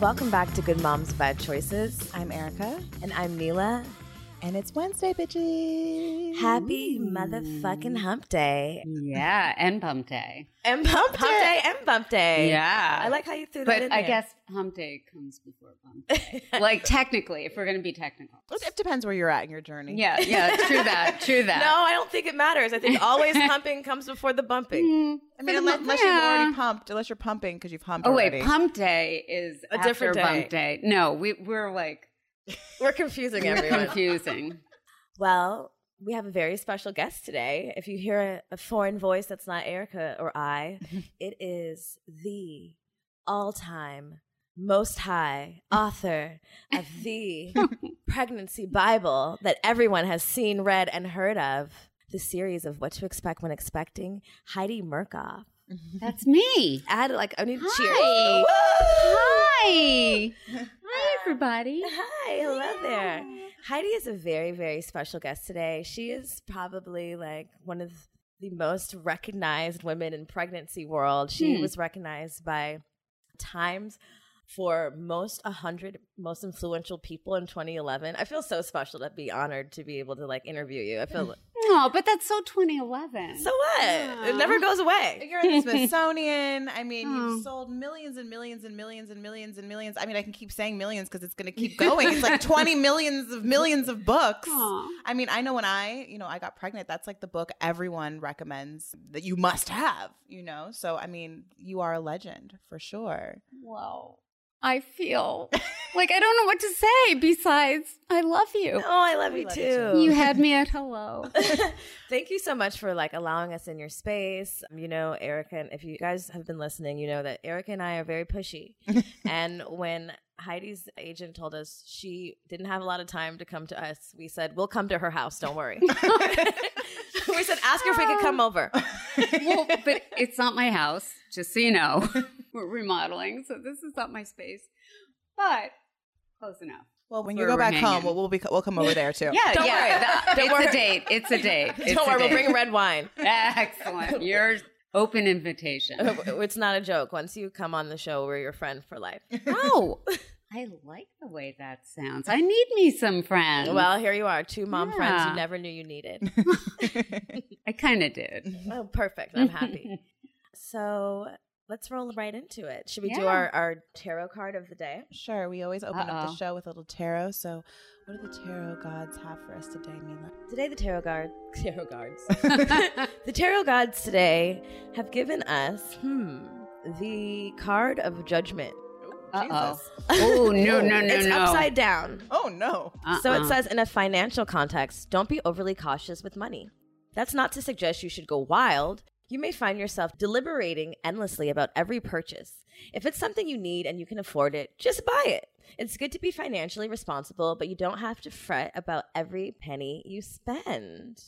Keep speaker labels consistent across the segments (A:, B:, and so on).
A: Welcome back to Good Moms Bad Choices.
B: I'm Erica,
A: And I'm Mila.
B: and it's Wednesday, bitches.
A: Happy motherfucking hump day.
C: Yeah, and pump day.
A: And hump,
B: Hump
A: day.
B: day.
A: and bump day.
C: Yeah.
A: I like how you threw that in
C: But I
A: there.
C: guess hump day comes before pump day. like technically, if we're gonna be technical.
B: It depends where you're at in your journey.
C: Yeah, yeah, true that, true
A: No,
C: that.
A: I don't think it matters. I think always humping comes before the bumping.
C: Mm,
B: I mean,
C: for the
B: unless,
C: mo-
B: unless you've
C: yeah.
B: already pumped, unless you're pumping because you've humped
C: Oh
B: already.
C: wait, pump day is
A: A
C: after
A: different
C: bump day. No, we we're like
A: We're confusing everyone.
C: confusing.
A: well, we have a very special guest today. If you hear a, a foreign voice that's not Erica or I, it is the all time most high author of the pregnancy Bible that everyone has seen, read, and heard of. The series of What to Expect When Expecting, Heidi Murkoff.
C: That's me.
A: Add like I need
C: Hi.
A: cheers.
C: Hi. Hi everybody.
A: Hi, hello there. Heidi is a very, very special guest today. She is probably like one of the most recognized women in pregnancy world. She
C: Hmm.
A: was recognized by Times for most 100 most influential people in 2011. I feel so special to be honored to be able to like interview you. I feel
C: No, but that's so twenty eleven.
A: so what? It never goes away.
B: You're in the Smithsonian. I mean,
C: Oh.
B: you've sold millions and millions and millions and millions and millions. I mean, I can keep saying millions because it's going to keep going. It's like 20 millions of millions of books. I mean, I know when I, you know, I got pregnant, that's like the book everyone recommends that you must have, you know? So, I mean, you are a legend for sure.
C: Whoa. I feel like I don't know what to say besides I love you.
A: Oh, I love you
B: love you
A: too.
C: You had me at hello.
A: Thank you so much for like allowing us in your space. You know, Erica, and if you guys have been listening, you know that Erica and I are very pushy. and when Heidi's agent told us she didn't have a lot of time to come to us, we said, "We'll come to her house. Don't worry." we said, "Ask her if we could come over."
C: well, but it's not my house, just so you know. We're remodeling, so this is not my space. But close enough.
B: Well, when
C: We're
B: you go back home,
C: hanging.
B: we'll, we'll be we'll come over there too.
C: Yeah,
A: Don't
C: yeah.
A: worry.
C: that-
A: Don't
C: it's
A: worry.
C: a date. It's a date. It's
A: Don't
C: a
A: worry, we'll
C: date.
A: bring red wine.
C: Excellent. Your open invitation.
A: It's not a joke. Once you come on the show, we're your friend for life.
C: Oh, I like the way that sounds. I need me some friends.
A: Well, here you are, two mom friends you
C: Mm. Yeah.
A: never knew you needed.
C: I kind of did.
A: Oh, perfect. I'm happy. So let's roll right into it. Should we do
C: Yeah.
A: our, our tarot card of the day?
B: Sure, we always open up
C: Uh-oh.
B: the show with a little tarot. So, what do the tarot gods have for us today, Mila?
A: Today, the tarot guard, tarot guards, the tarot gods today have given us hmm, the card of judgment.
C: Uh oh. Oh no no no
A: it's
C: no.
A: upside down.
B: Oh no!
A: So it
C: Uh-uh.
A: says in a financial context, don't be overly cautious with money. That's not to suggest you should go wild. You may find yourself deliberating endlessly about every purchase. If it's something you need and you can afford it, just buy it. It's good to be financially responsible, but you don't have to fret about every penny you spend.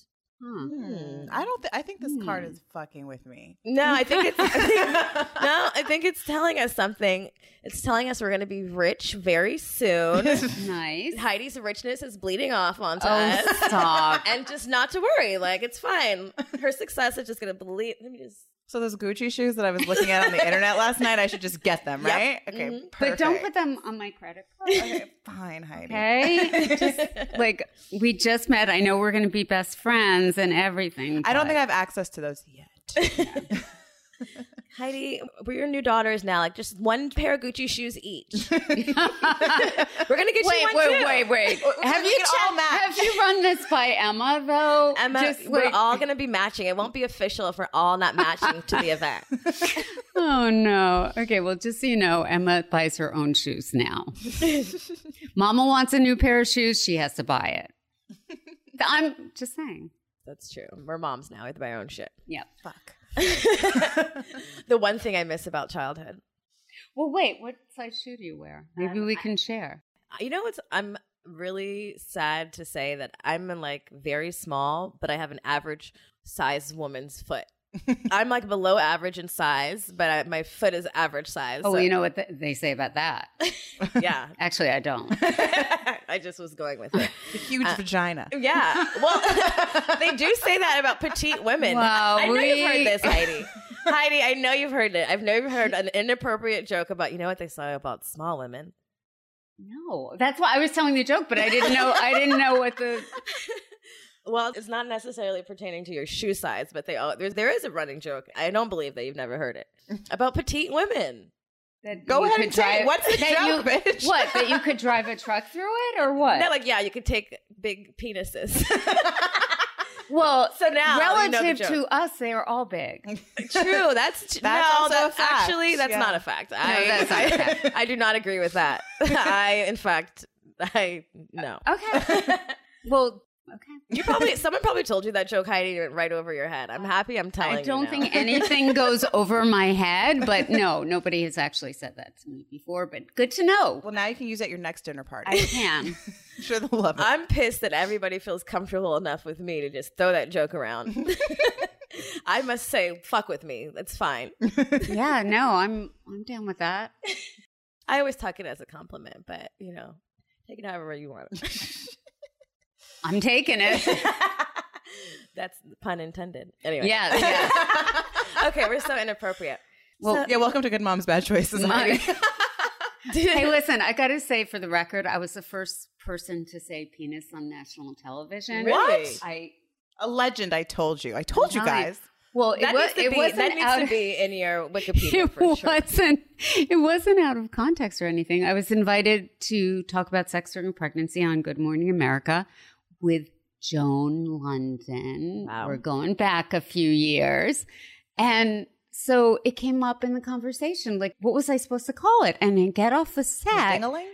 C: Huh.
B: Hmm. I don't. Th- I think this card
C: Hmm.
B: is fucking with me.
A: No, I think it's I think- no, I think it's telling us something. It's telling us we're going to be rich very soon.
C: Nice.
A: Heidi's richness is bleeding off onto us.
C: Oh stop.
A: Um, and just not to worry. Like it's fine. Her success is just gonna believe. Let me just.
B: So those Gucci shoes that I was looking at on the internet last night, I should just get them,
A: Yep.
B: right? Okay,
C: Mm-hmm. But don't put
B: perfect.
C: them on my credit card.
B: Okay, fine, Heidi.
C: Okay. just like we just met. I know we're going to be best friends and everything.
B: I don't
C: but-
B: think I have access to those yet.
A: Heidi, we're your new daughters now. Like just one pair of Gucci shoes each. we're gonna get you one
C: Wait, wait,
A: too.
C: wait, wait. Have you
B: can
C: checked-
B: all match.
C: Have you run this by Emma though?
A: Emma,
C: Just
A: we're
C: like-
A: all gonna be matching. It won't be official if we're all not matching to the event.
C: Oh no. Okay. Well, just so you know, Emma buys her own shoes now. Mama wants a new pair of shoes. She has to buy it. I'm just saying.
A: That's true. We're moms now. We have to buy our own shit.
C: Yep.
B: Fuck.
A: The one thing I miss about childhood.
C: Well, wait. What size shoe do you wear? Maybe we can share.
A: You know what's? I'm really sad to say that I'm like very small, but I have an average size woman's foot. I'm like below average in size, but I, my foot is average size.
C: Oh,
A: so-
C: you know what th- they say about that?
A: yeah.
C: Actually, I don't.
A: I just was going with it.
B: The huge vagina.
A: Yeah. Well, they do say that about petite women.
C: Wow,
A: I know you've
C: we-
A: heard this, Heidi. Heidi, I know you've heard it. I've never heard an inappropriate joke about, you know what they say about small women?
C: No, that's why I was telling the joke, but I didn't know. I didn't know what the.
A: Well, it's not necessarily pertaining to your shoe size, but they all, there, there is a running joke. I don't believe that you've never heard it about petite women.
C: That
B: Go
C: you
B: ahead
C: could
B: and say it.
C: drive-
B: What's the
C: that
B: joke,
C: you-
B: bitch?
C: What that you could drive a truck through it or what?
A: No, like, yeah, you could take big penises.
C: well,
A: so now, you know the
C: relative
A: joke.
C: to us, they are all big.
A: True. That's, t-
B: That's
A: no,
B: also
A: that-
B: a fact.
A: Actually, that's
B: Yeah.
A: not a fact. I,
C: that's not a fact.
A: I do not agree with that. I, in fact, I no.
C: Okay. well, okay.
A: You probably someone probably told you that joke, Heidi, and it went right over your head. I'm happy. I'm telling.
C: I
A: you
C: don't
A: now.
C: think anything goes over my head, but no, nobody has actually said that to me before. But good to know.
B: Well, now you can use it at your next dinner party.
C: I can.
B: I'm sure they'll love it.
A: I'm pissed that everybody feels comfortable enough with me to just throw that joke around. I must say, fuck with me. That's fine.
C: yeah, no, I'm I'm down with that.
A: I always tuck it as a compliment, but you know, take it however you want.
C: I'm taking it.
A: That's pun intended. Anyway,
C: Yeah, yeah.
A: Okay, we're so inappropriate.
C: Well,
B: yeah, welcome to Good Mom's Bad Choices.
C: my- hey, listen, I got to say for the record, I was the first person to say penis on national television.
A: Really?
B: What?
C: I
B: A legend, I told you. I told you
C: Right.
B: guys.
C: well, it
A: That
C: was
A: needs to
C: it
A: be.
C: wasn't
A: That needs
C: out
A: to be in your Wikipedia
C: it
A: for sure.
C: wasn't it wasn't out of context or anything. I was invited to talk about sex during pregnancy on Good Morning America with Joan London.
A: Wow.
C: We're going back a few years. And so it came up in the conversation, like, what was I supposed to call it? And then get off the set.
B: Dangling?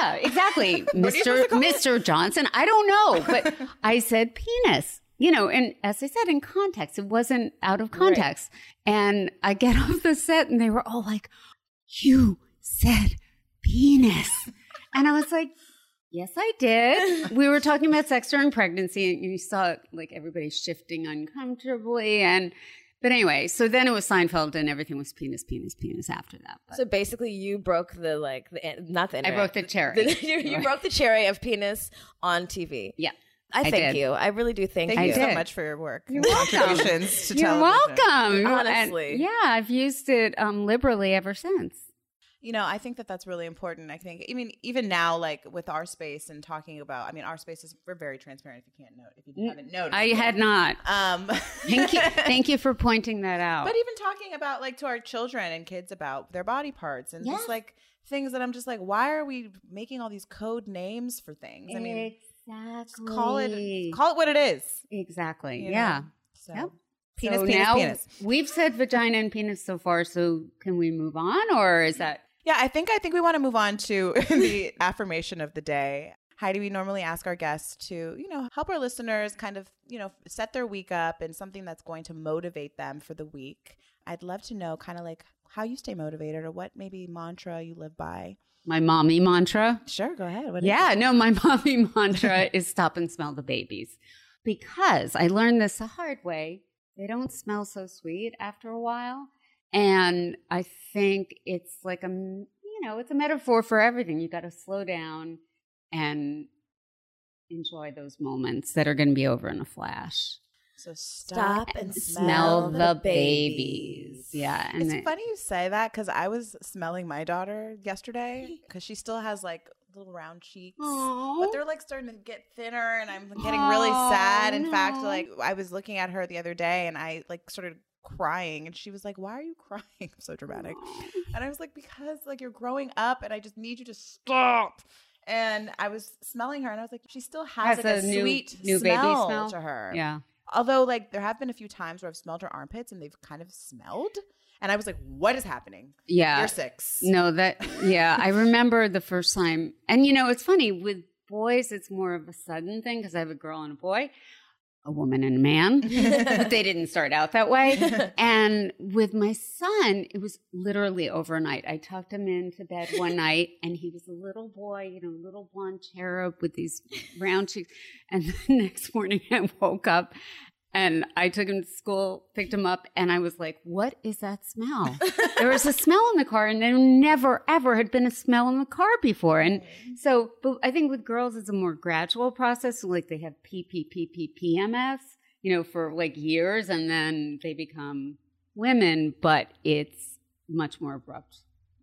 C: Yeah, exactly.
B: What are you
C: Mr.
B: supposed to call it?
C: Mr. Johnson. I don't know, but I said penis. You know, and as I said, in context, it wasn't out of context. And I get off the set and they were all like, You said penis. and I was like, Yes, I did. We were talking about sex during pregnancy and you saw like everybody shifting uncomfortably. And, but anyway, so then it was Seinfeld and everything was penis, penis, penis after that. But
A: So basically, you broke the like the not the
C: I
A: internet.
C: broke the cherry.
A: The- you you broke the cherry of penis on TV.
C: Yeah.
A: I,
C: I
A: thank
C: did.
A: you. I really do thank,
B: Thank
C: I
A: you.
B: you so
C: did.
B: much for your work.
C: You're
B: and
C: welcome.
B: Contributions to
C: You're
B: television.
C: welcome.
A: Honestly.
C: And, yeah, I've used it um, liberally ever since.
B: You know, I think that that's really important. I think, I mean, even now, like with our space and talking about, I mean, our space is, we're very transparent if you can't know, if you haven't noticed.
C: Mm. I
B: yet.
C: had not.
B: Um,
C: Thank you. Thank you for pointing that out.
B: But even talking about like to our children and kids about their body parts and
C: Yes.
B: just like things that I'm just like, why are we making all these code names for things? I mean,
C: exactly.
B: call it call it what it is.
C: exactly.
B: you know?
C: Yeah.
B: So
C: Yep.
B: penis,
C: so
B: penis,
C: now
B: penis.
C: we've said vagina and penis so far. So can we move on, or is that
B: Yeah, I think I think we want to move on to the affirmation of the day. Heidi, we normally ask our guests to, you know, help our listeners kind of, you know, set their week up and something that's going to motivate them for the week. I'd love to know kind of like how you stay motivated or what maybe mantra you live by.
C: my mommy mantra?
B: Sure, go ahead. What is
C: yeah,
B: it?
C: no, my mommy mantra is stop and smell the babies because I learned this the hard way. They don't smell so sweet after a while. And I think it's like a, m- you know, it's a metaphor for everything. You got to slow down and enjoy those moments that are going to be over in a flash.
B: So stop,
A: Stop and smell
C: Smell, the
A: the
C: babies.
A: babies.
C: Yeah. And
B: It's
C: it-
B: funny you say that because I was smelling my daughter yesterday because she still has like little round cheeks.
C: Aw.
B: But they're like starting to get thinner, and I'm getting really sad.
C: Aw,
B: In fact,
C: Oh, no.
B: like I was looking at her the other day, and I like started crying, and she was like, "Why are you crying?" so dramatic. And I was like, "Because like you're growing up, and I just need you to stop." And I was smelling her, and I was like, "She still has,
C: Has
B: like a,
C: a new-
B: sweet
C: new baby
B: smell,
C: smell?
B: to her."
C: Yeah.
B: Although, like, there have been a few times where I've smelled her armpits and they've kind of smelled. And I was like, what is happening?
C: Yeah.
B: You're six.
C: No, that yeah, I remember the first time, and you know, it's funny with boys, it's more of a sudden thing because I have a girl and a boy, a woman and a man. but they didn't start out that way. And with my son, it was literally overnight. I tucked him into bed one night, and he was a little boy, you know, little blonde cherub with these round cheeks. And the next morning, I woke up And I took him to school, picked him up, and I was like, what is that smell? there was a smell in the car, and there never, ever had been a smell in the car before. And so but I think with girls, it's a more gradual process. So, like, they have PPPPPMS, you know, for like years, and then they become women, but it's much more abrupt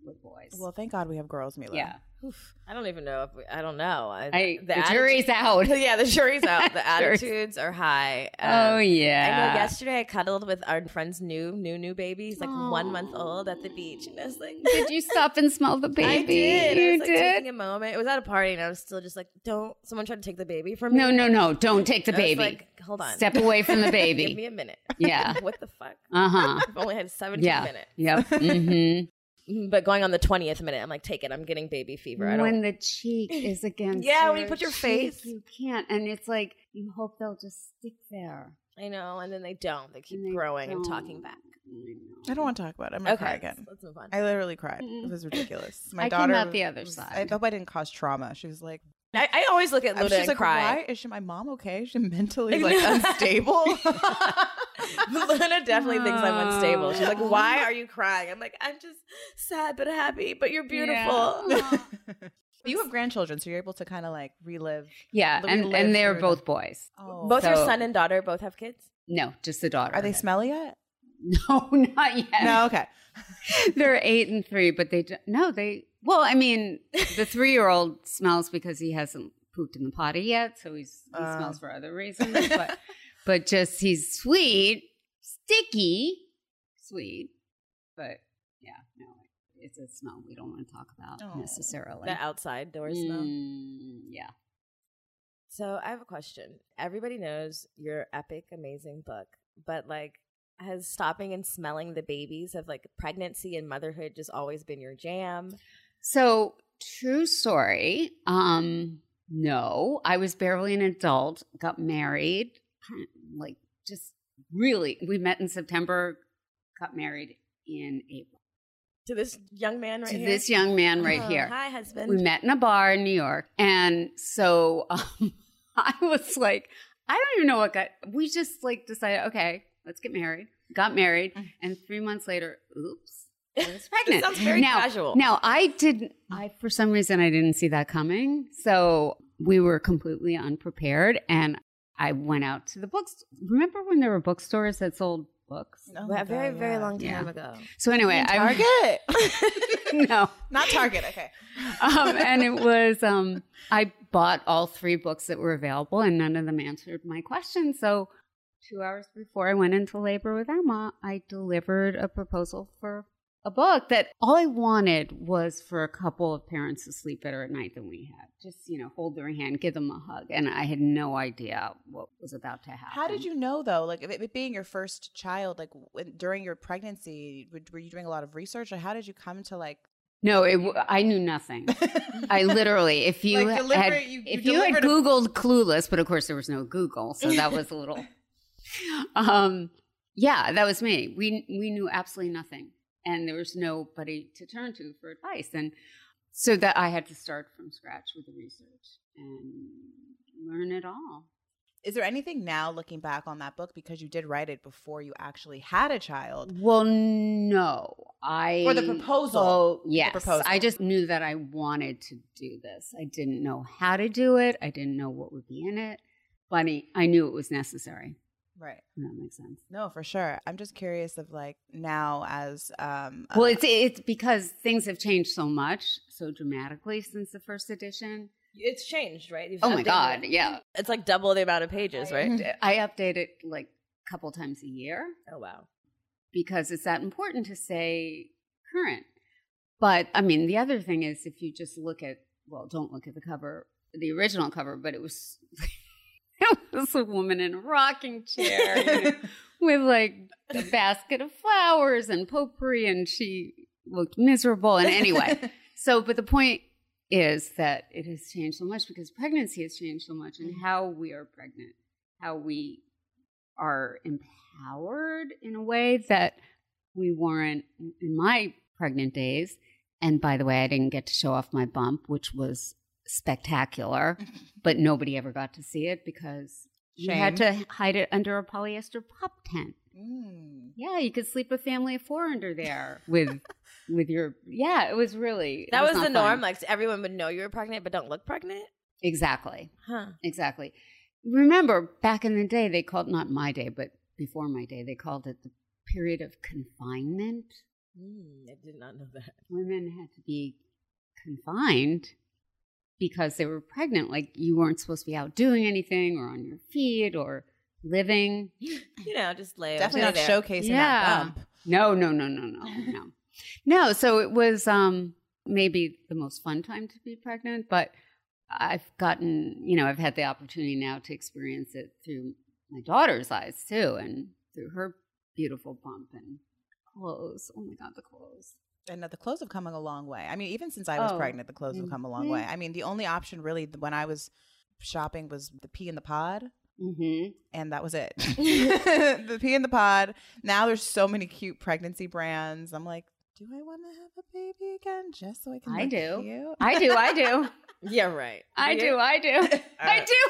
C: with boys.
B: Well, thank God we have girls, Mila.
C: yeah.
A: Oof. I don't even know if we, I don't know. I,
C: I, the,
A: atti-
C: jury's out.
A: yeah, the jury's out. The
C: Jury's-
A: attitudes are high.
C: oh,
A: Um, I
C: yeah.
A: know yesterday I cuddled with our friend's new, new, new baby. He's like one month
C: Aw.
A: old at the beach. And I was like,
C: Did you stop and smell the baby?
A: I did.
C: You
A: I was like
C: did?
A: taking a moment. It was at a party and I was still just like, don't, someone tried to take the baby from me.
C: No, no, no. Don't take the
A: I was
C: baby.
A: like, hold on.
C: Step away from the
A: Give
C: baby.
A: me a minute.
C: yeah.
A: What the fuck?
C: Uh huh.
A: I've only had 17
C: Yeah.
A: minutes.
C: Yep. Mm-hmm.
A: But going on the 20th minute, I'm like, take it. I'm getting baby fever. I don't
C: When the cheek is against
A: Yeah, when you
C: your
A: put your
C: cheek,
A: face.
C: you can't, and it's like you hope they'll just stick there.
A: I know, and then they don't. They keep
C: And they
A: growing and
C: don't.
A: talking back.
B: I don't want to talk about it. I'm gonna cry again.
A: let's move on.
B: I literally cried.
C: Mm-mm.
B: It was ridiculous. My
C: I came
B: daughter
C: out the other
B: was-
C: side.
B: I hope I didn't cause trauma. She was like,
A: I, I always look at
B: I was
A: Luda and
B: just like,
A: cry.
B: why is she my mom okay? Is she mentally
A: I
B: like
A: know.
B: unstable?
A: Luna definitely thinks I'm unstable. She's like,
C: Aw.
A: "Why are you crying?" I'm like, "I'm just sad but happy, but you're beautiful."
C: Yeah,
B: you have grandchildren, so you're able to kind of like relive.
C: Yeah,
B: We
C: and,
B: lived
C: and they're
B: through
C: both boys.
B: Oh.
A: Both your
C: So-
A: son and daughter both have kids.
C: No, just the daughter.
B: are they smelly yet?
C: No, not yet.
B: No, okay.
C: They're eight and three, but they don't, no, they. Well, I mean, the three-year-old smells because he hasn't pooped in the potty yet, so he's he
B: Uh.
C: smells for other reasons. But but just he's sweet, sticky, sweet. But yeah, no, it's a smell we don't want to talk about
B: Oh,
C: necessarily.
A: The outside door smell.
C: Mm, yeah.
A: So I have a question. Everybody knows your epic, amazing book, but like, has stopping and smelling the babies of like pregnancy and motherhood just always been your jam?
C: So, true story. Um, no, I was barely an adult, got married, like just really, we met in September, got married in April.
A: To this young man right
C: to
A: here.
C: this young man right
A: Oh,
C: here.
A: Hi, husband.
C: We met in a bar in New York. And so um, I was like, I don't even know what got, we just like decided, okay, let's get married. Got married. And three months later, oops, I was
A: This
C: pregnant.
A: sounds very
C: now,
A: casual.
C: Now, I didn't, I, for some reason, I didn't see that coming. So we were completely unprepared. And I went out to the books. Remember when there were bookstores that sold books?
B: Oh my
A: Well, a very,
B: God,
A: very
B: yeah.
A: long
C: Yeah.
A: time ago.
C: So anyway, I,
B: Target,
C: no.
B: not Target. Okay.
C: um, and it was um, I bought all three books that were available, and none of them answered my question. So, two hours before I went into labor with Emma, I delivered a proposal for a book that all I wanted was for a couple of parents to sleep better at night than we had. Just you know, hold their hand, give them a hug, and I had no idea what was about to happen.
B: How did you know though? Like, if it, it being your first child, like when, during your pregnancy, were, were you doing a lot of research, or how did you come to like?
C: No, it, w- I knew nothing. I literally, if you
B: Like deliver-
C: had,
B: you- you
C: if you had
B: delivered
C: Googled Clueless, but of course there was no Google, so that was a little. Um, yeah, that was me. We we knew absolutely nothing, and there was nobody to turn to for advice, and so that I had to start from scratch with the research and learn it all.
B: Is there anything now looking back on that book because you did write it before you actually had a child?
C: Well, no, I
B: Or the proposal.
C: Oh, yes,
B: proposal.
C: I just knew that I wanted to do this. I didn't know how to do it. I didn't know what would be in it, but I, I knew it was necessary.
B: Right.
C: If that makes sense.
B: No, for sure. I'm just curious of like now as um
C: well,
B: uh,
C: it's it's because things have changed so much, so dramatically since the first edition.
A: It's changed, right? You've
C: Oh my
A: updated
C: god,
A: it.
C: yeah, Mm-hmm.
A: It's like double the amount of pages, right?
C: I update it like a couple times a year.
A: Oh wow.
C: because it's that important to say current. But I mean, the other thing is if you just look at, well, don't look at the cover, the original cover, but it was. It was a woman in a rocking chair you know, with like a basket of flowers and potpourri, and she looked miserable. And anyway, so, but the point is that it has changed so much because pregnancy has changed so much
A: Mm-hmm.
C: and how we are pregnant, how we are empowered in a way that we weren't in my pregnant days. And by the way, I didn't get to show off my bump, which was spectacular, but nobody ever got to see it because You had to hide it under a polyester pop tent.
B: Mm.
C: Yeah, you could sleep a family of four under there with with your yeah, it was really it
A: That was,
C: not
A: the norm.
C: fun.
A: Like everyone would know you were pregnant, but don't look pregnant.
C: Exactly.
A: Huh.
C: Exactly. Remember back in the day they called not my day, but before my day, they called it the period of confinement.
A: Mm, I did not know that.
C: Women had to be confined because they were pregnant. Like you weren't supposed to be out doing anything or on your feet or living.
A: You know, just lay
B: Definitely
A: lay
B: not
A: there.
B: showcasing
C: Yeah.
B: that bump.
C: No, no, no, no, no, no. No, so it was um maybe the most fun time to be pregnant, but I've gotten, you know, I've had the opportunity now to experience it through my daughter's eyes too and through her beautiful bump and clothes. Oh my god, the clothes.
B: And the clothes have come a long way. I mean, even since I was
C: Oh.
B: pregnant, the clothes have come a long way.
C: Mhm.
B: I mean, the only option really th- when I was shopping was the pee in the pod,
C: Mhm.
B: and that was it. the pee in the pod. Now there's so many cute pregnancy brands. I'm like, do I want to have a baby again just so I can?
C: I
B: look
C: do.
B: cute?"
C: I do, I do.
A: Yeah, right.
C: I
A: You-
C: do, I do. I do,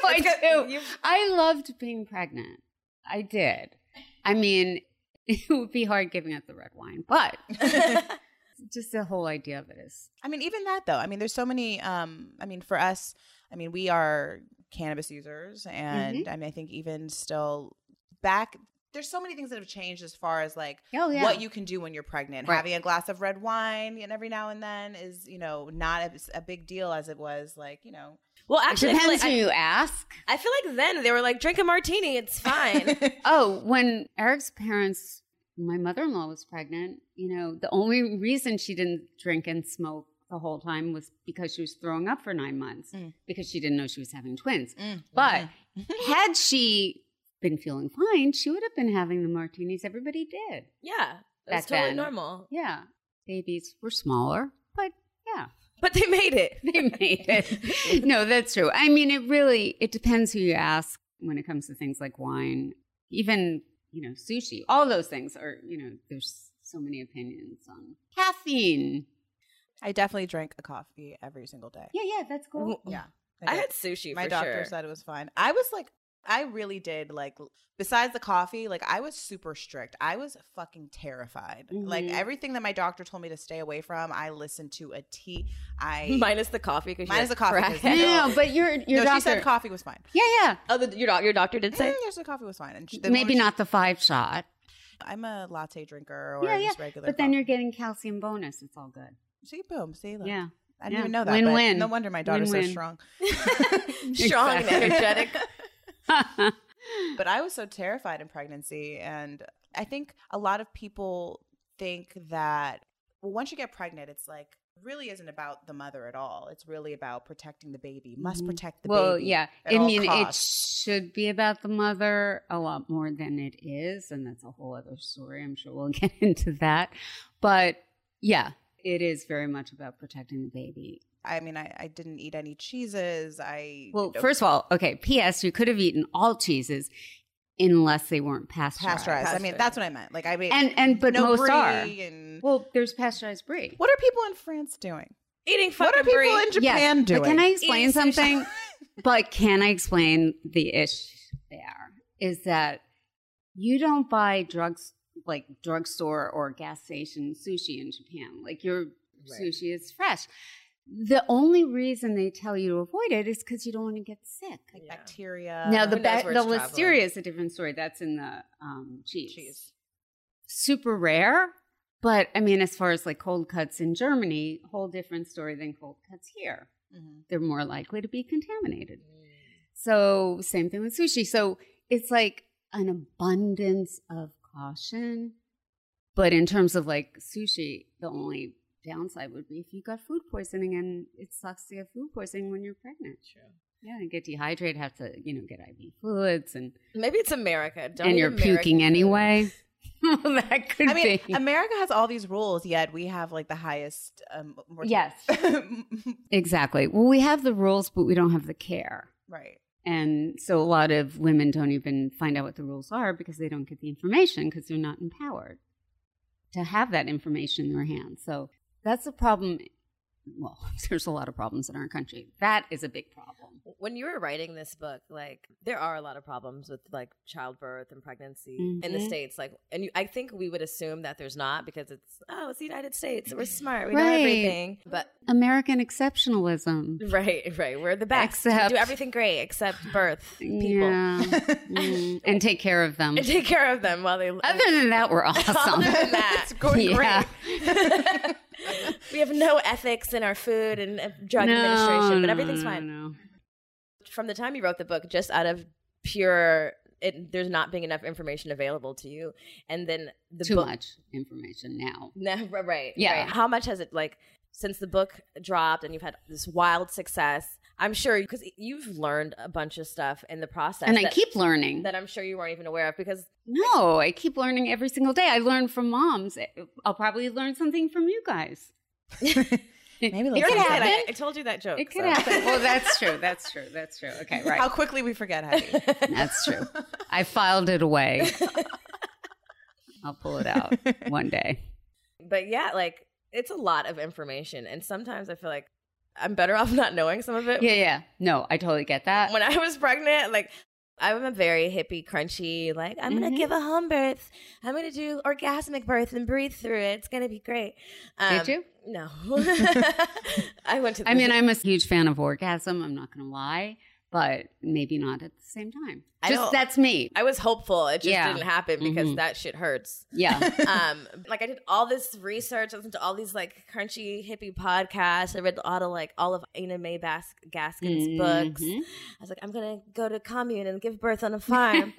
C: I
A: It's
C: do.
A: good- you-
C: I loved being pregnant. I did. I mean, it would be hard giving up the red wine, but just the whole idea of it is
B: I mean, even that though. I mean, there's so many. Um, I mean, for us, I mean, we are cannabis users, and
C: Mm-hmm.
B: I mean, I think even still back, there's so many things that have changed as far as like
C: oh yeah
B: what you can do when you're pregnant.
C: Right.
B: Having a glass of red wine and every now and then is, you know, not as a big deal as it was like, you know.
A: well,
C: it
A: actually, I feel,
C: depends
A: like,
C: who
A: I,
C: you ask.
A: I feel like then they were like, drink a martini, it's fine.
B: Mm,
C: Oh, when Eric's parents, my mother in law was pregnant, you know, the only reason she didn't drink and smoke the whole time was because she was throwing up for nine months
B: Mm.
C: because she didn't know she was having twins.
B: Mm.
C: But had she been feeling fine, she would have been having the martinis. Everybody did.
A: yeah,
C: Back
A: that's totally
C: then.
A: normal.
C: Yeah. Babies were smaller, but yeah.
A: But they made it.
C: they made it. No, that's true. I mean, it really it depends who you ask when it comes to things like wine, even you know sushi. All those things are you know there's so many opinions on caffeine.
B: I definitely drank a coffee every single day.
C: Yeah, yeah, that's cool.
B: Yeah.
A: I
B: did.
A: had sushi.
B: my
A: for
B: doctor
A: sure.
B: said it was fine. I was like I really did like besides the coffee, like I was super strict. I was fucking terrified. Like
C: Mhm.
B: everything that my doctor told me to stay away from, I listened to a T. I
A: minus the coffee because
B: Minus the coffee, 'cause
C: No,
B: I
C: no,
B: know.
C: no, but your your
B: No,
C: doctor.
B: she said coffee was fine.
C: yeah, yeah.
A: Oh, the, your doc, your doctor did
B: Mm,
A: say.
B: yes, the coffee was fine. And she- the
C: Maybe
B: moment she-
C: not the five shot,
B: I'm a latte drinker or
C: Yeah, yeah.
B: just regular.
C: but then
B: coffee.
C: you're getting calcium bonus. It's all good.
B: See, boom. See, look.
C: Yeah,
B: I didn't
C: Yeah.
B: even know that.
C: Win-win.
B: but No wonder my daughter's so
C: Win-win.
B: strong.
A: Strong and
C: Exactly.
A: energetic.
B: But I was so terrified in pregnancy. And I think a lot of people think that well, once you get pregnant, it's like, really isn't about the mother at all. It's really about protecting the baby. Must
C: Mhm.
B: protect the
C: well,
B: baby.
C: yeah.
B: at
C: I
B: all
C: mean,
B: costs.
C: it should be about the mother a lot more than it is, and that's a whole other story. I'm sure we'll get into that. But yeah, it is very much about protecting the baby.
B: I mean, I, I didn't eat any cheeses. I uh,
C: Well,
B: no-
C: first of all, okay. P.S. You could have eaten all cheeses, unless they weren't pasteurized.
B: pasteurized. I mean,
A: Pasteurized.
B: that's what I meant. Like I mean,
C: And and but
B: no
C: most
B: brie
C: are.
B: And
C: Well, there's pasteurized brie.
B: what are people in France doing?
A: Eating
B: What
A: fucking
B: are people
A: brie.
B: in
C: Yes,
B: Japan
C: but
B: doing?
C: Can I explain
A: Eating sushi.
C: something? but can I explain the ish there? Is that you don't buy drugs like drugstore or gas station sushi in Japan. Like your sushi is fresh. The only reason they tell you to avoid it is because you don't want to get sick.
B: like
A: Yeah.
B: bacteria.
C: now
A: Uh, who
C: the
A: knows
C: ba-
A: where
C: the
A: it's traveling.
C: listeria is a different story. That's in the um,
B: cheese.
C: super rare. But I mean, as far as like cold cuts in Germany, whole different story than cold cuts here.
B: Mm-hmm.
C: They're more likely to be contaminated. So, same thing with sushi. So, it's like an abundance of caution. But in terms of like sushi, the only downside would be if you got food poisoning, and it sucks to get food poisoning when you're pregnant.
A: True.
C: Yeah, you get dehydrated, have to, you know, get IV fluids, and,
A: Maybe it's America. Don't
C: and
A: eat
C: you're
A: American
C: puking
A: food.
C: anyway. that could
B: I mean,
C: be.
B: America has all these rules, yet we have like the highest. Um, mortality.
C: Yes. exactly. Well, we have the rules, but we don't have the care.
B: right.
C: And so a lot of women don't even find out what the rules are because they don't get the information because they're not empowered to have that information in their hands. So that's a problem. Well, there's a lot of problems in our country. That is a big problem.
A: when you were writing this book, like there are a lot of problems with like childbirth and pregnancy in the
C: Mhm.
A: states. Like, and you, I think we would assume that there's not because it's oh, it's the United States. We're smart. We know
C: Right.
A: everything. But
C: American exceptionalism.
A: right, right, we're the best.
C: Except-
A: we do everything great except birth people
C: Yeah. Mm. and take care of them.
A: and take care of them while they.
C: Other than that, we're awesome.
A: Other than that,
B: going
C: Yeah.
A: we have no ethics in our food and uh, drug administration, but everything's fine.
C: no.
A: From the time you wrote the book, just out of pure, it, there's not being enough information available to you, and then the
C: Too
A: book,
C: much information now.
A: No, right, right,
C: Yeah.
A: right. How much has it like since the book dropped and you've had this wild success? I'm sure because you've learned a bunch of stuff in the process,
C: And I
A: that,
C: keep learning.
A: that I'm sure you weren't even aware of because
C: No, I keep learning every single day. I learn from moms. Eh, I'll probably learn something from you guys.
B: Maybe
C: It
B: let's
C: could
B: look at
C: happen.
A: I, I told you that joke.
C: It could
A: so.
C: happen. Well, that's true. That's true. That's true. Okay, right.
B: How quickly we forget, Heidi.
C: That's true. I filed it away. I'll pull it out one day.
A: But yeah, like it's a lot of information, and sometimes I feel like I'm better off not knowing some of it.
C: Yeah, yeah. No, I totally get that.
A: When I was pregnant, like I'm a very hippie, crunchy. Like I'm gonna
C: Mhm.
A: give a home birth. I'm gonna do orgasmic birth and breathe through it. It's gonna be great. Um,
C: Did you?
A: No, I went to. The
C: I mean, I'm a huge fan of orgasm. I'm not going to lie, but maybe not at the same time.
A: I
C: Just
A: don't-
C: that's me.
A: I was hopeful. It just
C: Yeah.
A: didn't happen because
C: Mhm.
A: that shit hurts.
C: Yeah.
A: um, like I did all this research, I listened to all these like crunchy hippie podcasts. I read all of like all of Ina May Bas- Gaskin's books.
C: Mhm.
A: I was like, I'm gonna go to commune and give birth on a farm.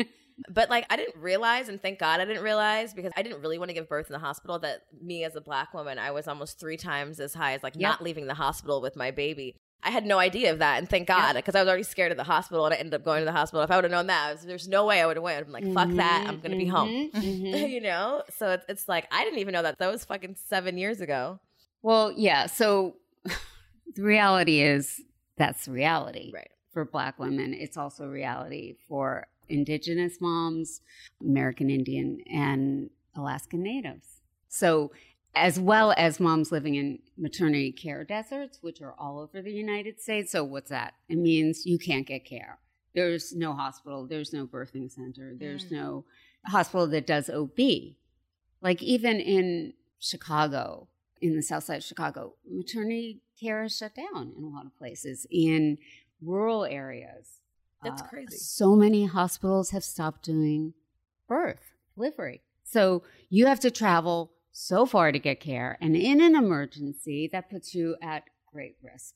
A: but like I didn't realize, and thank God I didn't realize because I didn't really want to give birth in the hospital. That me as a black woman, I was almost three times as high as like
C: Yep.
A: not leaving the hospital with my baby. I had no idea of that, and thank God because I was already scared of the hospital, and I ended up going to the hospital. If I would have known that, I was, there's no way I would have went. I'm like, fuck that, I'm gonna be home.
C: Mhm, mhm.
A: you know so it's, it's like i didn't even know that that was fucking seven years ago
C: Well, yeah. So the reality is that's reality
A: right
C: for Black women. It's also reality for Indigenous moms, American Indian, and Alaskan Natives. So, as well as moms living in maternity care deserts, which are all over the United States. So, what's that? It means you can't get care. There's no hospital, there's no birthing center, there's
B: Mm.
C: no hospital that does OB. Like, even in Chicago, in the south side of Chicago, maternity care is shut down in a lot of places. In rural areas,
A: That's
C: uh,
A: crazy.
C: So many hospitals have stopped doing birth delivery. So you have to travel so far to get care. And in an emergency, that puts you at great risk.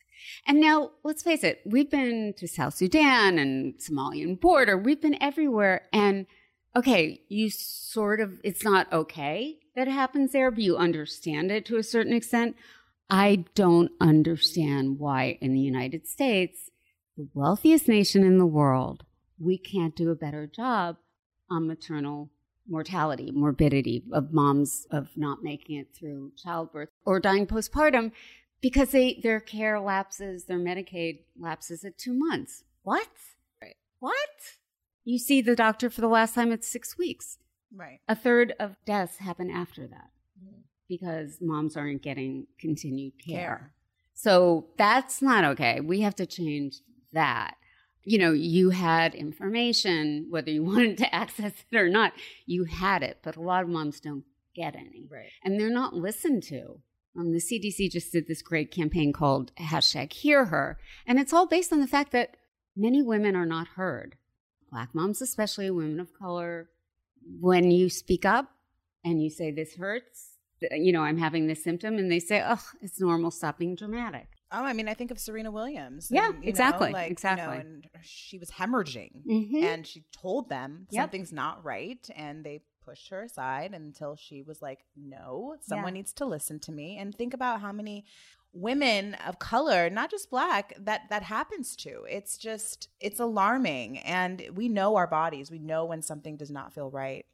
C: And now, let's face it, we've been to South Sudan and Somalian border, we've been everywhere. And okay, you sort of, it's not okay that it happens there, but you understand it to a certain extent. I don't understand why in the United States, the wealthiest nation in the world, we can't do a better job on maternal mortality, morbidity of moms of not making it through childbirth or dying postpartum because they their care lapses, their Medicaid lapses at 2 months. What?
A: Right.
C: What? You see the doctor for the last time at 6 weeks.
B: right.
C: A third of deaths happen after that because moms aren't getting continued care. So that's not okay. We have to change that. You know, you had information, whether you wanted to access it or not, you had it, but a lot of moms don't get any.
A: right
C: And they're not listened to. Um, the CDC just did this great campaign called hashtag Hear Her. And it's all based on the fact that many women are not heard. Black moms, especially women of color, when you speak up and you say, This hurts, th- you know, I'm having this symptom, and they say, Oh, it's normal, stop being dramatic.
B: Oh, I mean, I think of Serena Williams.
C: Yeah,
B: and, you know,
C: exactly,
B: like, you know,
C: exactly.
B: and she was hemorrhaging,
C: Mm-hmm.
B: and she told them
C: Yep.
B: something's not right, and they pushed her aside until she was like, "No, someone needs to listen to me." And think about how many women of color, not just black, that that happens to. It's just it's alarming, and we know our bodies. We know when something does not feel right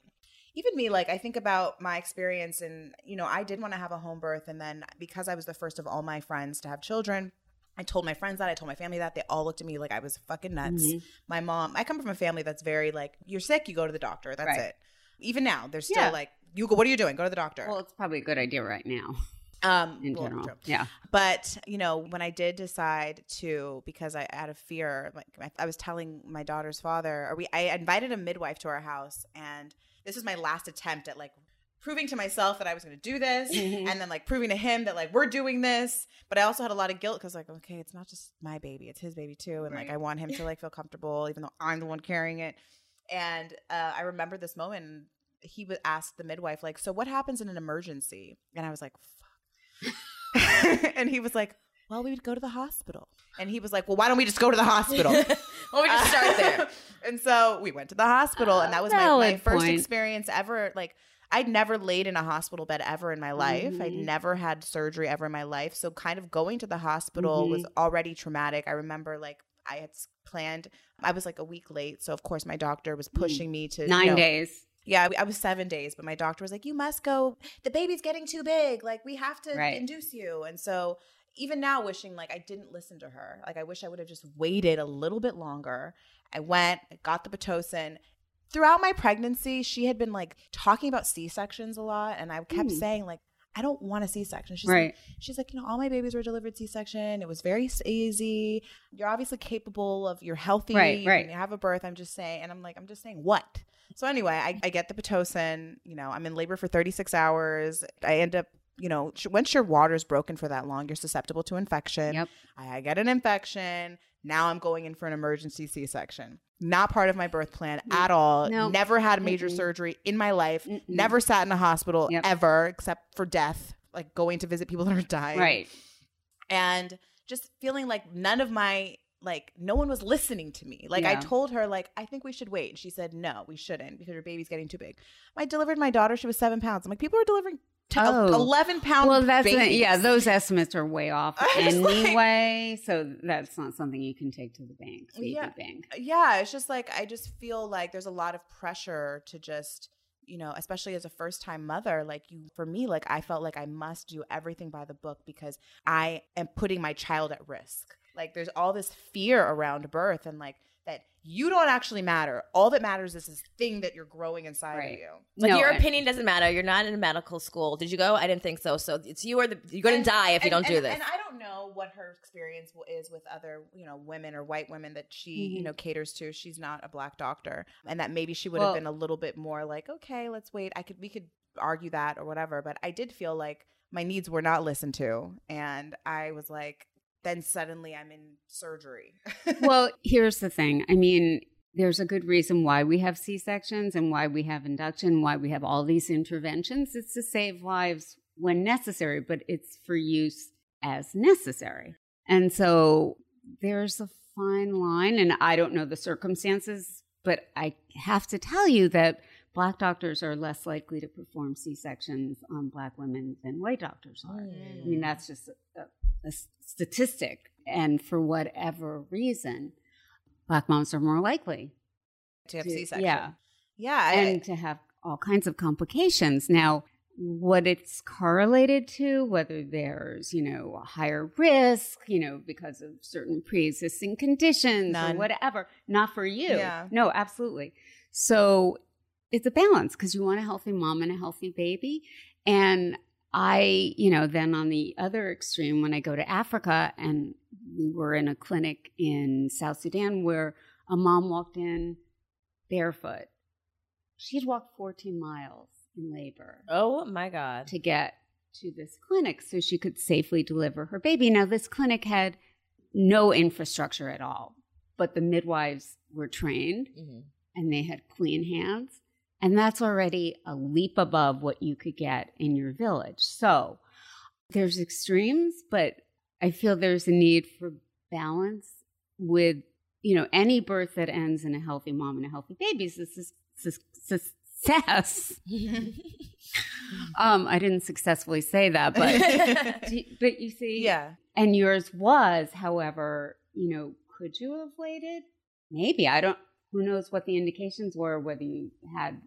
B: even me like i think about my experience and you know i did want to have a home birth and then because i was the first of all my friends to have children i told my friends that i told my family that they all looked at me like i was fucking nuts
C: Mhm.
B: my mom i come from a family that's very like you're sick you go to the doctor that's
C: Right.
B: it even now they're still
C: Yeah.
B: like you go what are you doing go to the doctor
C: Well, it's probably a good idea right now.
B: Um,
C: in
B: well,
C: general.
B: true.
C: Yeah.
B: But you know, when I did decide to, because I out of fear, like I, I was telling my daughter's father, or we, I invited a midwife to our house, and this was my last attempt at like proving to myself that I was going to do this,
C: Mhm.
B: and then like proving to him that like we're doing this. But I also had a lot of guilt because like, okay, it's not just my baby; it's his baby too, and like
A: Right.
B: I want him to like feel comfortable, even though I'm the one carrying it. And uh, I remember this moment. and He would ask the midwife, like, "So what happens in an emergency?" And I was like, "Fuck." and he was like, "Well, we would go to the hospital." And he was like, "Well, why don't we just go to the hospital?"
A: Why don't we just start there?
B: Uh, and so we went to the hospital, and that was my, my
C: Valid
B: first
C: point.
B: experience ever. Like, I'd never laid in a hospital bed ever in my life. I'd
C: Mhm.
B: never had surgery ever in my life. So, kind of going to the hospital was
C: Mm-hmm.
B: already traumatic. I remember, like, I had s- planned, I was like a week late. So, of course, my doctor was pushing me to you
C: Mm. Nine
B: know-
C: days.
B: Yeah, I- I was seven days, but my doctor was like, You must go. The baby's getting too big. Like, we have to
C: Right.
B: induce you. And so, even now, wishing like I didn't listen to her. Like, I wish I would have just waited a little bit longer. I went, I got the Pitocin. Throughout my pregnancy, she had been like talking about C sections a lot. And I kept
C: Hmm.
B: saying, like, I don't want a C section. She's like,
C: Right.
B: She's like, you know, all my babies were delivered C-section. It was very s- easy. You're obviously capable of. You're healthy.
C: Right, right.
B: You can have a birth. I'm just saying, and I'm like, I'm just saying what. So anyway, I, I get the pitocin. You know, I'm in labor for 36 hours. I end up, you know, sh- once your water's broken for that long, you're susceptible to infection.
C: Yep.
B: I, I get an infection. Now I'm going in for an emergency C-section. Not part of my birth plan
C: Mm.
B: at all.
C: No.
B: Never had major
C: Mm-mm.
B: surgery in my life.
C: Mm-mm.
B: Never sat in a hospital
C: Mm-hmm. Yep.
B: ever, except for death, like going to visit people that are dying
C: Right.
B: and just feeling like none of my like no one was listening to me. Like I
C: Yeah.
B: told her like I think we should wait, and she said no, we shouldn't because your baby's getting too big. I delivered my daughter; she was seven pounds. I'm like, people are delivering t-
C: Oh.
B: eleven pound.
C: Well, that's it.
B: babies.
C: yeah. Those estimates are way off
B: I was like-
C: anyway, so that's not something you can take to the bank. Baby
B: Yeah.
C: bank.
B: uh, yeah. It's just like I just feel like there's a lot of pressure to just you know, especially as a first time mother, like you for me, like I felt like I must do everything by the book because I am putting my child at risk. Like there's all this fear around birth and like that you don't actually matter. All that matters is this thing that you're growing inside
C: Right.
B: of you.
A: Like
C: No,
A: your
C: I-
A: opinion doesn't matter. You're not in medical school. Did you go? I didn't think so. So it's you are the you're gonna
B: And-
A: die if you
B: and-
A: don't do
B: and-
A: this.
B: And I don't know what her experience w- is with other, you know, women or white women that she, you
C: Mhm.
B: know, caters to. She's not a black doctor, and that maybe she would have
C: Well-
B: been a little bit more like, okay, let's wait. I could, we could argue that or whatever. But I did feel like my needs were not listened to, and I was like, then suddenly I'm in surgery.
C: well, here's the thing. I mean, there's a good reason why we have C sections and why we have induction, why we have all these interventions. It's to save lives when necessary, but it's for use as necessary. And so there's a fine line, and I don't know the circumstances, but I have to tell you that black doctors are less likely to perform C sections on black women than white doctors are. I
A: Mm.
C: mean, that's just a, a- a statistic. And for whatever reason, black moms are more likely
B: to have C-section.
C: Yeah.
B: yeah. I-
C: And to have all kinds of complications. Now, what it's correlated to, whether there's, you know, a higher risk, you know, because of certain pre existing conditions
B: None.
C: or whatever, not for you.
B: Yeah.
C: No, absolutely. So it's a balance because you want a healthy mom and a healthy baby. And I, you know, then on the other extreme, when I go to Africa and we were in a clinic in South Sudan where a mom walked in barefoot. She'd walked 14 miles in labor
A: oh my god.
C: to get to this clinic so she could safely deliver her baby. Now, this clinic had no infrastructure at all, but the midwives were trained
B: Mm-hmm.
A: Mhm.
C: and they had clean hands. And that's already a leap above what you could get in your village. So there's extremes, but I feel there's a need for balance with, you know, any birth that ends in a healthy mom and a healthy baby is a sus- sus- success. Um, I didn't successfully say that, but but you see,
B: yeah.
C: and yours was, however, you know, could you have waited? Maybe. I don't, who knows what the indications were, whether you had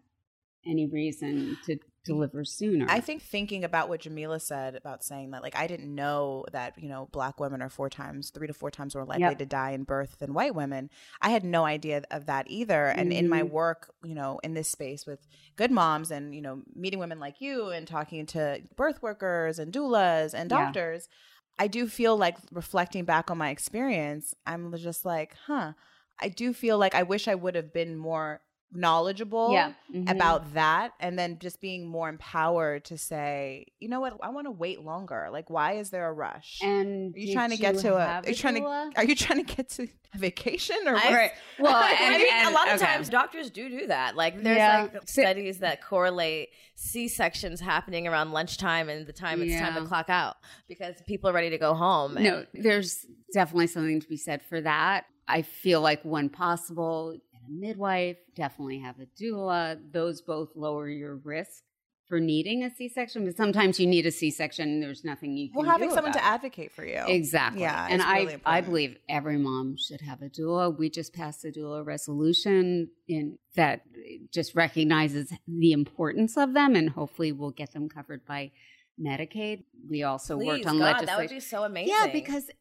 C: any reason to deliver sooner.
B: I think thinking about what Jamila said about saying that, like, I didn't know that, you know, black women are four times, three to four times more likely
C: Yep.
B: to die in birth than white women. I had no idea of that either. And in my
C: Mhm.
B: work, you know, in this space with good moms and, you know, meeting women like you and talking to birth workers and doulas and
C: Yeah.
B: doctors, I do feel like reflecting back on my experience, I'm just like, huh, I do feel like I wish I would have been more knowledgeable
C: Mhm.
B: about that and then just being more empowered to say you know what i want to wait longer like why is there a rush
C: and
B: Are you
C: did
B: trying to get to a-
C: have
B: are you trying to-
C: doula?
B: are you trying to get to a vacation or
A: I-
B: what?
C: right? Well, and,
A: I mean,
C: and-
A: a lot of
C: okay.
A: times doctors do do that. Like, there's
C: Yeah.
A: like studies that correlate C sections happening around lunchtime and the time it's time
C: Yeah.
A: to clock out because people are ready to go home. and-
C: No, there's definitely something to be said for that. I feel like when possible, get a midwife, definitely have a doula. Those both lower your risk for needing a C-section, but sometimes you need a C-section and there's nothing you can
B: well having
C: do
B: someone to
C: about it.
B: advocate for you
C: Exactly.
B: Yeah,
C: and
B: it's
C: I
B: really
C: I
B: important.
C: believe every mom should have a doula. We just passed a doula resolution in that just recognizes the importance of them and hopefully we'll get them covered by Medicaid. We also
A: please,
C: worked on
A: God,
C: legislation.
A: that would be so amazing.
C: Yeah, because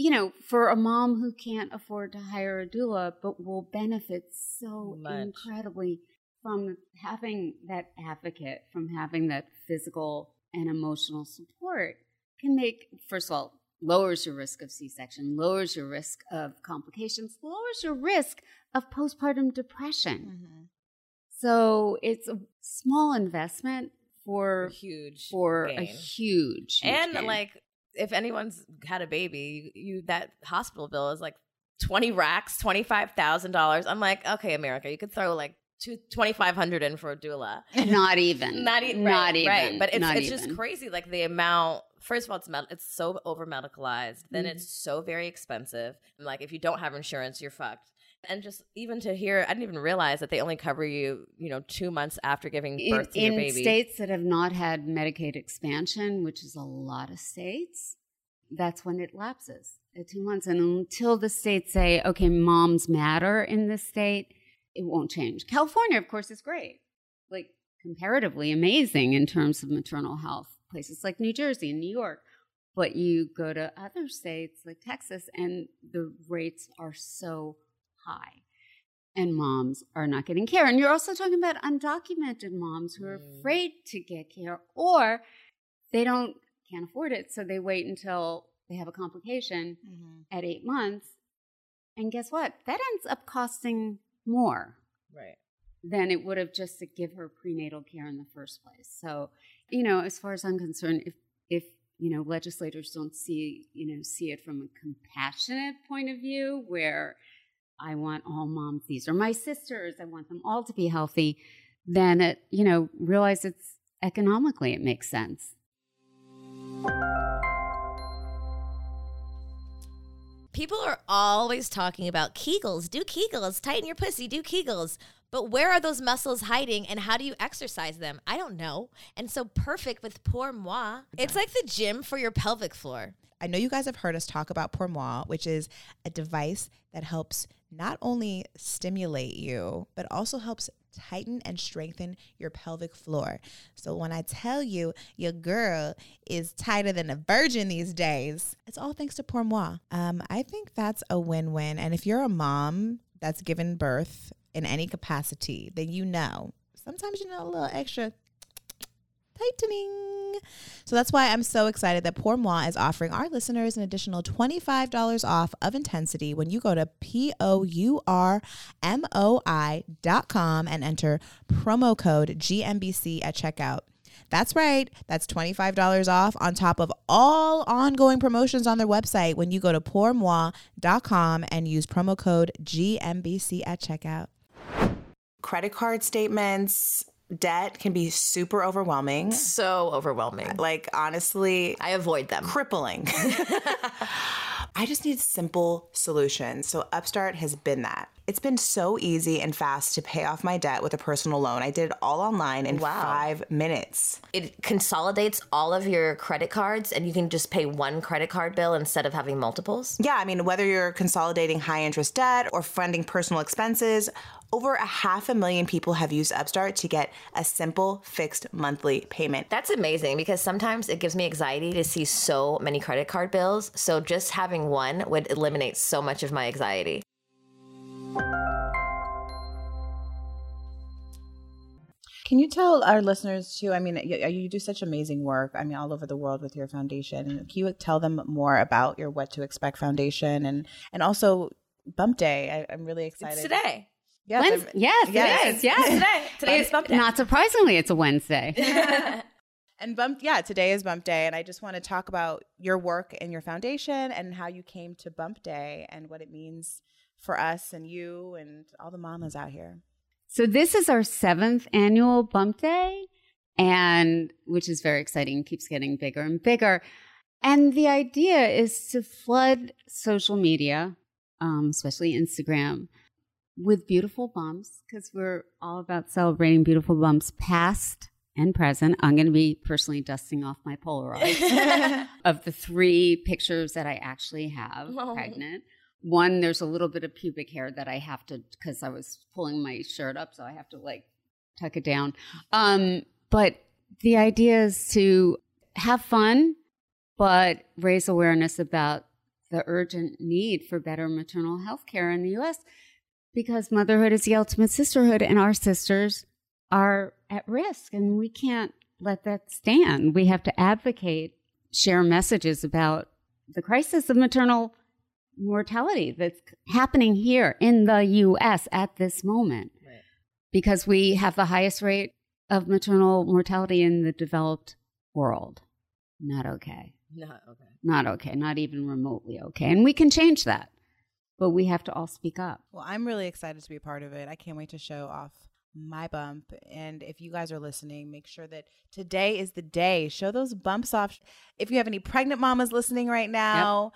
C: you know, for a mom who can't afford to hire a doula, but will benefit so
A: Much.
C: incredibly from having that advocate, from having that physical and emotional support, can make first of all lowers your risk of C-section, lowers your risk of complications, lowers your risk of postpartum depression.
A: Mm.
B: Mhm.
C: So it's a small investment for
A: huge
C: for a
A: gain.
C: huge, huge
A: and
C: gain.
A: like if anyone's had a baby, you, you that hospital bill is like twenty racks, twenty five thousand dollars. I'm like, okay, America, you could throw like two twenty five hundred in for a doula.
C: Not even.
A: Not, e-
C: Not
A: right,
C: even.
A: right. But it's
C: Not
A: it's
C: even.
A: just crazy. Like the amount. First of all, it's med- it's so over medicalized. Then
C: Mhm.
A: it's so very expensive. And like if you don't have insurance, you're fucked. And just even to hear, I didn't even realize that they only cover you, you know, two months after giving
C: In,
A: birth to your
C: in
A: baby.
C: states that have not had Medicaid expansion, which is a lot of states, that's when it lapses at two months. And until the states say, okay, moms matter in this state, it won't change. California, of course, is great, like comparatively amazing in terms of maternal health, places like New Jersey and New York. But you go to other states like Texas, and the rates are so high. And moms are not getting care. And you're also talking about undocumented moms who are
A: Mm.
C: afraid to get care or they don't can't afford it. So they wait until they have a complication
B: Mhm.
C: at eight months. And guess what? That ends up costing more
A: right.
C: than it would have just to give her prenatal care in the first place. So, you know, as far as I'm concerned, if if you know legislators don't see you know see it from a compassionate point of view, where I want all moms, these are my sisters, I want them all to be healthy, then it you know realize it's economically it makes sense.
D: People are always talking about Kegels. Do Kegels. Tighten your pussy. Do Kegels. But where are those muscles hiding and how do you exercise them? I don't know. And so perfect with Pour Moi. It's like the gym for your pelvic floor.
B: I know you guys have heard us talk about Pour Moi, which is a device that helps not only stimulate you, but also helps tighten and strengthen your pelvic floor. So when I tell you your girl is tighter than a virgin these days, it's all thanks to Pour Moi. Um, I think that's a win-win. And if you're a mom that's given birth in any capacity, then you know. Sometimes you know a little extra tightening. So that's why I'm so excited that Pour Moi is offering our listeners an additional $25 off of intensity when you go to P O U R M O I dot com and enter promo code GMBC at checkout. That's right. That's $25 off on top of all ongoing promotions on their website when you go to pourmoi.com and use promo code GMBC at checkout
E: credit card statements, debt can be super overwhelming.
F: so overwhelming.
E: Like, honestly,
F: I avoid them.
E: crippling. I just need simple solutions. So, Upstart has been that. It's been so easy and fast to pay off my debt with a personal loan. I did it all online in
F: Wow.
E: five minutes.
F: It consolidates all of your credit cards and you can just pay one credit card bill instead of having multiples.
E: Yeah, I mean, whether you're consolidating high interest debt or funding personal expenses, over a half a million people have used Upstart to get a simple fixed monthly payment.
F: That's amazing because sometimes it gives me anxiety to see so many credit card bills. So just having one would eliminate so much of my anxiety.
B: Can you tell our listeners too? I mean, you, you do such amazing work. I mean, all over the world with your foundation. And Can you tell them more about your What to Expect Foundation and and also Bump Day? I, I'm really excited.
A: It's today.
B: Yes,
C: When's-
B: I'm-
C: yes,
B: yes.
C: it is. Yes.
A: Today. Today's
C: It-
A: bump day.
C: Not surprisingly, it's a Wednesday.
B: And bump, yeah, today is bump day. And I just want to talk about your work and your foundation and how you came to bump day and what it means for us and you and all the mamas out here.
C: So this is our seventh annual bump day, and which is very exciting, keeps getting bigger and bigger. And the idea is to flood social media, um, especially Instagram, with beautiful bumps because we're all about celebrating beautiful bumps, past and present. I'm going to be personally dusting off my Polaroid of the three pictures that I actually have
D: Oh.
C: pregnant. One, there's a little bit of pubic hair that I have to because I was pulling my shirt up, so I have to like tuck it down. Um, but the idea is to have fun, but raise awareness about the urgent need for better maternal health care in the U.S. because motherhood is the ultimate sisterhood, and our sisters are at risk, and we can't let that stand. We have to advocate, share messages about the crisis of maternal mortality that's happening here in the US at this moment. Because we have the highest rate of maternal mortality in the developed world. Not okay.
A: No, okay.
C: Not okay. Not even remotely okay. And we can change that. But we have to all speak up.
B: Well, I'm really excited to be a part of it. I can't wait to show off my bump. And if you guys are listening, make sure that today is the day. Show those bumps off. If you have any pregnant mamas listening right now,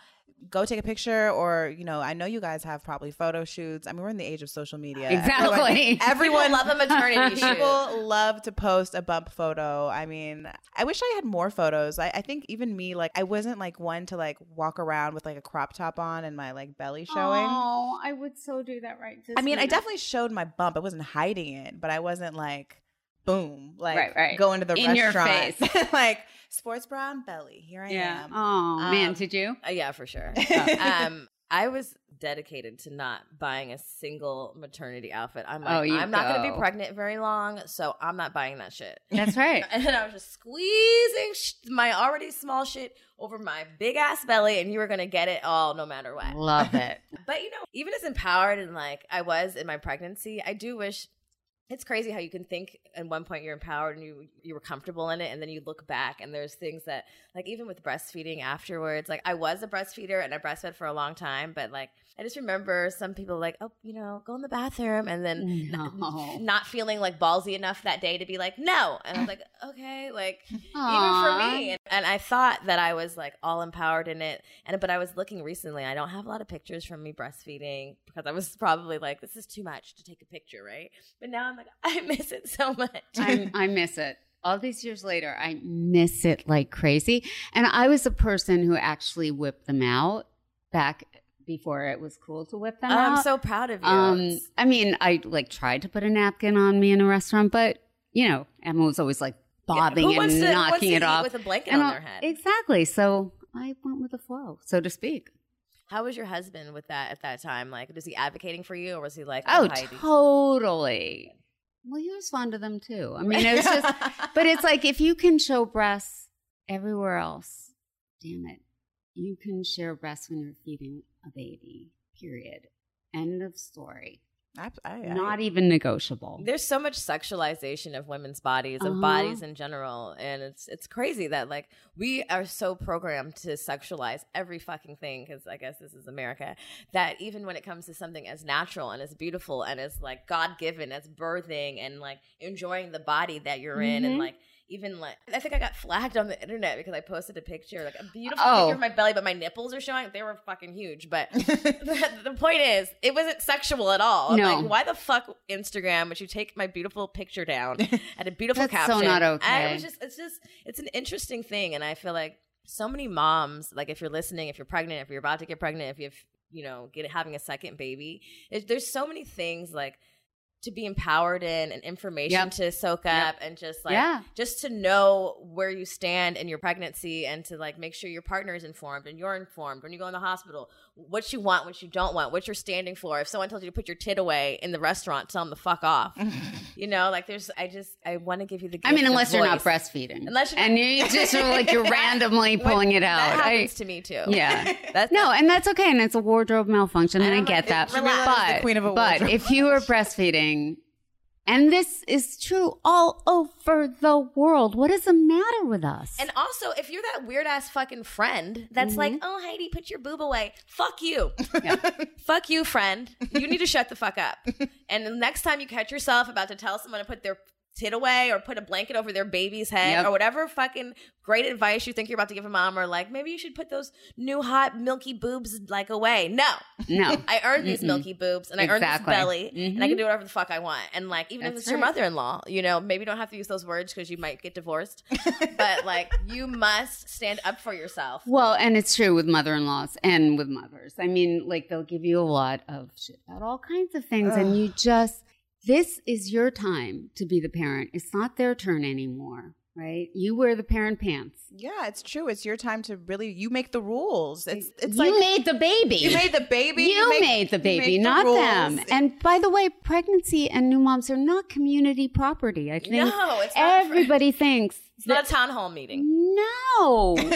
B: Go take a picture, or you know, I know you guys have probably photo shoots. I mean, we're in the age of social media.
C: Exactly.
B: Everyone,
D: People love a maternity shoot.
B: People love to post a bump photo. I mean, I wish I had more photos. I, I think even me, like, I wasn't like one to like walk around with like a crop top on and my like belly showing.
C: Oh, I would so do that right.
B: I mean, I definitely showed my bump. I wasn't hiding it, but I wasn't like, boom, like
C: Right, right.
B: going to the
C: In your
B: restaurant, like sports bra and belly. Here I
C: Yeah.
B: am.
C: Oh man,
B: Um,
C: did you?
A: Uh, yeah, for sure. um, I was dedicated to not buying a single maternity outfit. I'm like,
C: Oh, you
A: I'm not going to
C: go.
A: be pregnant very long, so I'm not buying that shit.
C: That's right.
A: And then I was just squeezing sh- my already small shit over my big ass belly, and you were going to get it all no matter what.
C: Love it.
A: But you know, even as empowered and like I was in my pregnancy, I do wish it's crazy how you can think at one point you're empowered and you you were comfortable in it and then you look back and there's things that like even with breastfeeding afterwards, like I was a breastfeeder and I breastfed for a long time, but like I just remember some people like, "Oh, you know, go in the bathroom." And then
C: No.
A: not feeling like ballsy enough that day to be like, "No." And I was like, "Okay, like even for
C: Aw.
A: me. And, and I thought that I was like all empowered in it. And but I was looking recently. I don't have a lot of pictures from me breastfeeding because I was probably like, this is too much to take a picture, right? But now I'm like, I miss it so much.
C: I, I miss it. All these years later, I miss it like crazy. And I was a person who actually whipped them out back before it was cool to whip them out.
A: I'm so proud of you.
C: Um, I mean, I like tried to put a napkin on me in a restaurant, but you know, Emma was always like bobbing
A: Who wants
C: and
A: to- who wants to
C: knocking
A: eat
C: it off
A: with a blanket
C: And
A: on
C: I'll-
A: their head.
C: Exactly. So I went with the flow, so to speak.
A: How was your husband with that at that time? Like, was he advocating for you, or was he like,
C: Oh,
A: Heidi?
C: totally. Well, he was fond of them too. I mean, it's just, but it's like if you can show breasts everywhere else, damn it, you can share breasts when you're feeding a baby. Period. End of story.
B: I, I, I-
C: Not even negotiable.
A: There's so much sexualization of women's bodies, of
C: Uh-huh.
A: bodies in general, and it's it's crazy that like we are so programmed to sexualize every fucking thing because I guess this is America. That even when it comes to something as natural and as beautiful and as like God given as birthing and like enjoying the body that you're in and
C: Mhm.
A: like even like I think I got flagged on the internet because I posted a picture, like a beautiful
C: Oh.
A: picture of my belly, but my nipples are showing. They were fucking huge. But the, the point is, it wasn't sexual at all. I'm
C: No.
A: Like, why the fuck Instagram would you take my beautiful picture down at a beautiful
C: That's so
A: caption?
C: not
A: I
C: okay.
A: was just it's just it's an interesting thing, and I feel like so many moms, like if you're listening, if you're pregnant, if you're about to get pregnant, if you've you know get having a second baby, it, there's so many things like to be empowered in and information
C: Yep.
A: to soak
C: Yep.
A: up and just like
C: Yeah.
A: just to know where you stand in your pregnancy and to like make sure your partner is informed and you're informed when you go in the hospital what you want what you don't want what you're standing for if someone tells you to put your tit away in the restaurant tell them the fuck off you know like there's i just i want to give you the
C: I mean,
A: gift of
C: unless you're not
A: voice.
C: breastfeeding,
A: Unless you're-
C: and you just are like you're randomly pulling it out.
A: that
C: I-
A: happens to me too
C: yeah.
A: that's
C: No, and that's okay, and it's a wardrobe malfunction, and I,
A: don't
C: get
A: know,
C: that.
A: it-
B: Relax.
C: but
B: the queen of a
C: but
B: wardrobe.
C: if you are breastfeeding, and this is true all over the world, what is the matter with us?
A: And also, if you're that weird ass fucking friend that's like, oh, Heidi, put your boob away, fuck you. fuck you, friend. You need to shut the fuck up. And the next time you catch yourself about to tell someone to put their tit away or put a blanket over their baby's head
C: Yep.
A: or whatever fucking great advice you think you're about to give a mom or like, maybe you should put those new hot milky boobs like away. No.
C: no,
A: I earned these milky boobs and I earned this
C: Exactly.
A: belly and I
C: Mhm.
A: can do whatever the fuck I want. And like, even if
C: That's
A: it's your
C: right.
A: mother in law, you know, maybe you don't have to use those words because you might get divorced, but like, you must stand up for yourself.
C: Well, and it's true with mother in laws and with mothers. I mean, like, they'll give you a lot of shit about all kinds of things, and you just, this is your time to be the parent. It's not their turn anymore, right? You wear the parent pants.
B: Yeah, it's true. It's your time to really you make the rules. It's it's
C: you
B: like
C: made the baby.
B: you made the baby.
C: You
B: make-
C: made the
B: you
C: baby,
B: make the
C: not
B: rules.
C: them. And by the way, pregnancy and new moms are not community property. I think
A: No, it's not for-
C: everybody thinks
A: It's not a town hall meeting.
C: Mm. no, no,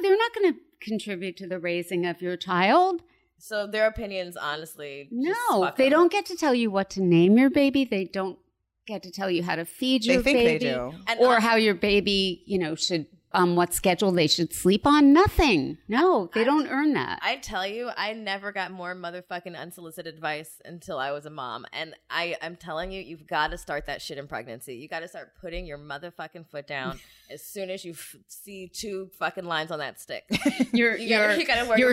C: they're not going to contribute to the raising of your child.
A: So their opinions, honestly, just
C: No,
A: fuck
C: they
A: 'em.
C: don't get to tell you what to name your baby. They don't get to tell you how to feed
B: They
C: your
B: think they
C: baby,
B: do.
A: And
C: or
A: I-
C: how your baby, you know, should um, what schedule they should sleep on. Nothing. No, they don't earn that.
A: I tell you, I never got more motherfucking unsolicited advice until I was a mom. And I, I'm telling you, you've got to start that shit in pregnancy. You got to start putting your motherfucking foot down as soon as you f- see two fucking lines on that stick.
C: Your
A: you gotta-
C: your
A: you gotta work-
C: your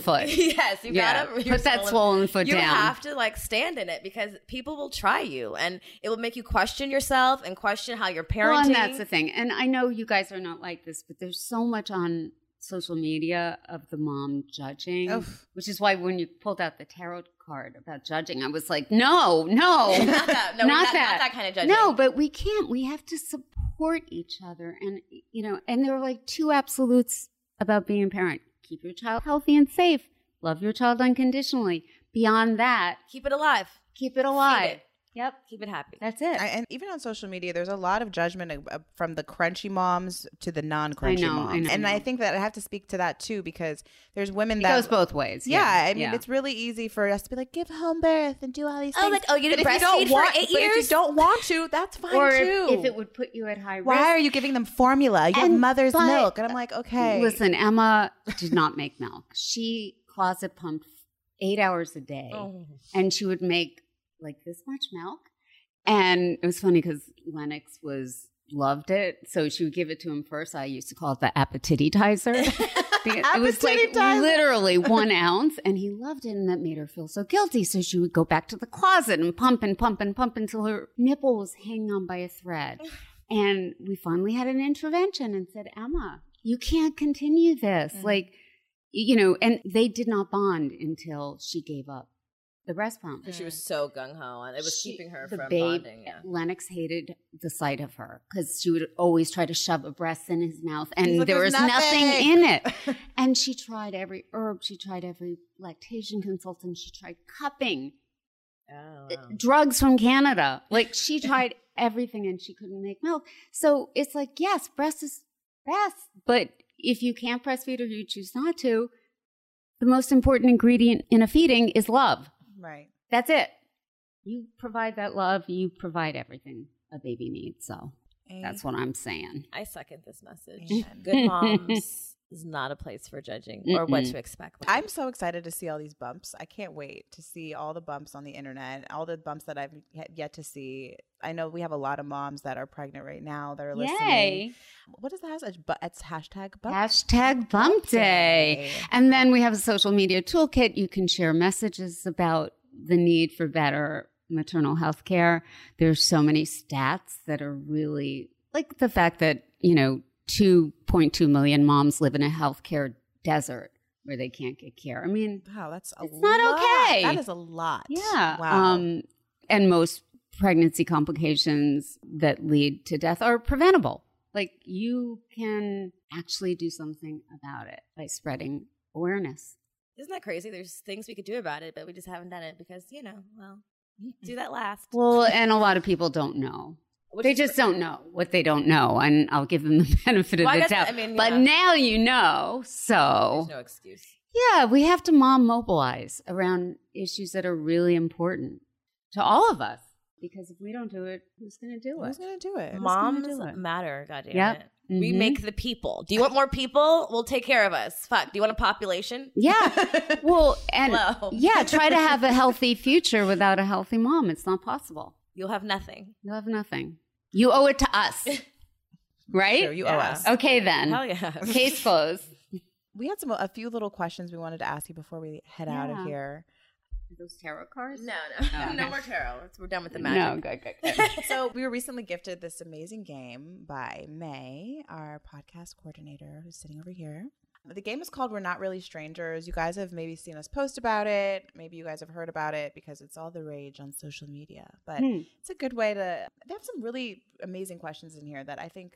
C: foot.
A: yes, you
C: Yeah.
A: gotta
C: Put that swollen foot
A: you
C: down.
A: have to like stand in it because people will try you, and it will make you question yourself and question how you're parenting.
C: Well, and that's the thing. And I know you guys are not like this, but there's so much on social media of the mom judging,
B: Oof.
C: which is why when you pulled out the tarot card about judging, I was like, no, no,
A: Not that. No, not- not that kind of judging.
C: No, but we can't. We have to support each other, and you know, and there are like two absolutes about being a parent: keep your child healthy and safe, love your child unconditionally. Beyond that,
A: Keep it alive.
C: keep it alive.
A: it.
C: Yep,
A: Keep it happy.
C: that's it.
B: I, and even on social media, there's a lot of judgment uh, uh, from the crunchy moms to the non-crunchy
C: I know, I
B: moms,
C: know,
B: and
C: I
B: I
C: know.
B: think that I have to speak to that too because there's women
C: it
B: that
C: goes both ways.
B: Yeah, I mean,
C: yeah.
B: it's really easy for us to be like, give home birth and do all these
D: Oh,
B: things.
D: like, oh, you didn't
B: But if don't
D: breastfeed for
B: want-
D: eight
B: but if
D: years?
B: you don't want to, that's fine
C: or if-
B: too.
C: If, it would put you at high
B: Why are
C: risk.
B: you giving them formula? You have
C: And-
B: mother's
C: but-
B: milk, and I'm like, okay,
C: Listen, Emma did not make milk. She closet pumped eight hours a day,
A: Oh,
C: and she would make like this much milk. And it was funny because Lennox was loved it, so she would give it to him first. I used to call it the appetitizer. it was like
B: Appetitizer.
C: literally one ounce, and he loved it, and that made her feel so guilty. So she would go back to the closet and pump and pump and pump until her nipple was hanging on by a thread. And we finally had an intervention and said, Emma, you can't continue this. Like, y- you know, and they did not bond until she gave up the breast pump.
A: She was so gung ho, and it was
C: She-
A: keeping her
C: the
A: from
C: babe-
A: bonding. Yeah.
C: Lennox hated the sight of her because she would always try to shove a breast in his mouth, and
B: He's like,
C: there was
B: "There's
C: nothing.
B: nothing."
C: in it. and she tried every herb, she tried every lactation consultant, she tried cupping,
A: Oh,
C: uh, drugs from Canada. Like she tried everything, and she couldn't make milk. So it's like, yes, breast is best, but if you can't breastfeed or you choose not to, the most important ingredient in a feeding is love.
B: right?
C: That's it. You provide that love, you provide everything a baby needs. So that's what I'm saying.
A: I second this message. Good moms is not a place for judging or what to expect.
B: I'm so excited to see all these bumps. I can't wait to see all the bumps on the internet, all the bumps that I've y- yet to see. I know we have a lot of moms that are pregnant right now that are listening.
C: Yay.
B: What is the hashtag? Bu- It's hashtag bump.
C: Hashtag bump day. And then we have a social media toolkit. You can share messages about the need for better maternal health care. There's so many stats that are really like the fact that, you know, 2.2 million moms live in a healthcare desert where they can't get care. I mean,
B: Wow, that's a
C: It's
B: lot.
C: not okay.
B: That is a lot.
C: yeah.
B: Wow.
C: Um, and most pregnancy complications that lead to death are preventable. Like you can actually do something about it by spreading awareness.
A: Isn't that crazy? There's things we could do about it, but we just haven't done it because, you know, well, do that last.
C: Well, and a lot of people don't know.
A: Which
C: they
A: is
C: just
A: cra-
C: don't know what they don't know, and I'll give them the benefit of
A: Well, I
C: the
A: guess-
C: doubt.
A: I mean,
C: But
A: yeah.
C: now you know, so Oh.
A: There's no excuse.
C: yeah, we have to mom mobilize around issues that are really important to all of us. Because if we don't do it, who's going to do it?
B: Who's gonna do it?
C: Mom- gonna
A: Moms
C: do it?
A: matter, goddamn
C: Yep.
A: it. We
C: Mhm.
A: make the people. Do you want more people? We'll take care of us. Fuck. Do you want a population?
C: Yeah. Well, and
A: Hello.
C: yeah, try to have a healthy future without a healthy mom. It's not possible.
A: You'll have nothing.
C: You'll have nothing. You owe it to us, right?
B: Sure, you owe
A: Yeah.
B: us.
C: Okay, then.
A: Hell yeah.
C: Case closed.
B: We had some a few little questions we wanted to ask you before we head out of
C: Yeah.
B: here.
C: Those tarot cards?
A: No,
C: Oh,
A: no.
C: okay.
A: No more tarot. We're done with the
C: No,
A: magic.
C: good, good, good.
B: So we were recently gifted this amazing game by May, our podcast coordinator, who's sitting over here. The game is called We're Not Really Strangers. You guys have maybe seen us post about it. Maybe you guys have heard about it because it's all the rage on social media. But
C: Hmm.
B: it's a good way to. They have some really amazing questions in here that I think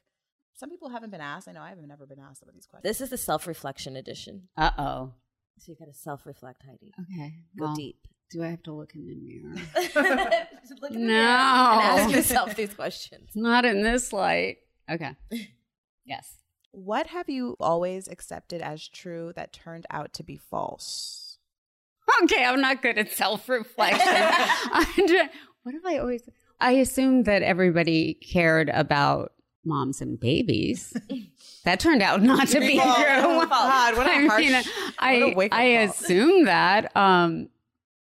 B: some people haven't been asked. I know I have never been asked some of these questions.
A: This is the self reflection edition.
C: Uh oh.
A: So you got to self reflect, Heidi.
C: Okay.
A: Go
C: well,
A: deep.
C: Do I have to look in the mirror?
A: Look at the mirror And
C: No.
A: ask yourself these questions.
C: not in this light. Okay. Yes.
B: What have you always accepted as true that turned out to be false?
C: Okay, I'm not good at self reflection. what have I always? I assumed that everybody cared about moms and babies. that turned out not to be true.
B: False. God, what a
C: I
B: harsh-
C: I,
B: what a wake-up
C: I
B: call.
C: assume that. Um,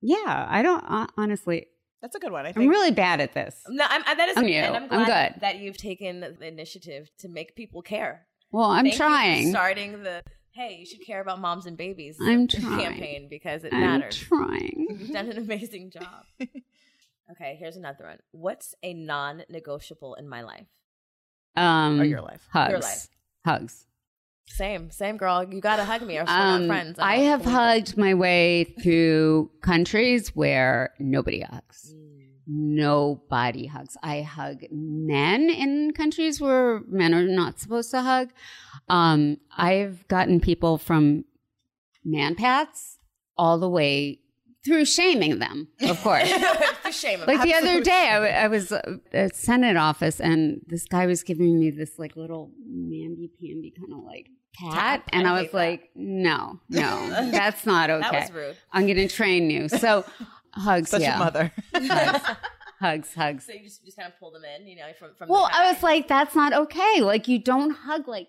C: yeah, I don't. hon- honestly,
B: That's a good one. I think
C: I'm really bad at this.
A: No, I'm, I, that is
C: I'm you.
A: and I'm
C: I'm
A: glad
C: good.
A: that you've taken the initiative to make people care.
C: Well, I'm
A: Thank you for
C: trying.
A: starting the hey, you should care about moms and babies
C: I'm
A: campaign because it
C: I'm
A: matters.
C: trying.
B: Mm-hmm.
A: You've done an amazing job. okay, here's another one. What's a non-negotiable in my life?
C: Um,
B: or Oh, your life.
C: hugs.
A: Your life.
C: Hugs.
A: Same, same girl. You gotta hug me, or we're
C: Um,
A: not friends.
C: I
A: don't
C: have
A: believe
C: hugged my way through countries where nobody hugs. Nobody hugs. I hug men in countries where men are not supposed to hug. Um, I've gotten people from manpats all the way through shaming them, of course.
A: it. For shame.
C: Like the other day, I, w- I was uh, at Senate office, and this guy was giving me this like little mamby pamby kind of like pat,
A: Tap.
C: and
A: I
C: I, was
A: hate that.
C: like, no, no, that's not okay.
A: That was rude.
C: I'm going to train you. So hugs,
B: Such
C: yeah,
B: a mother.
C: hugs, hugs, hugs.
A: So you just, just kind of pull them in, you know, from from. the
C: Well, I
A: back.
C: was like, that's not okay. Like you don't hug like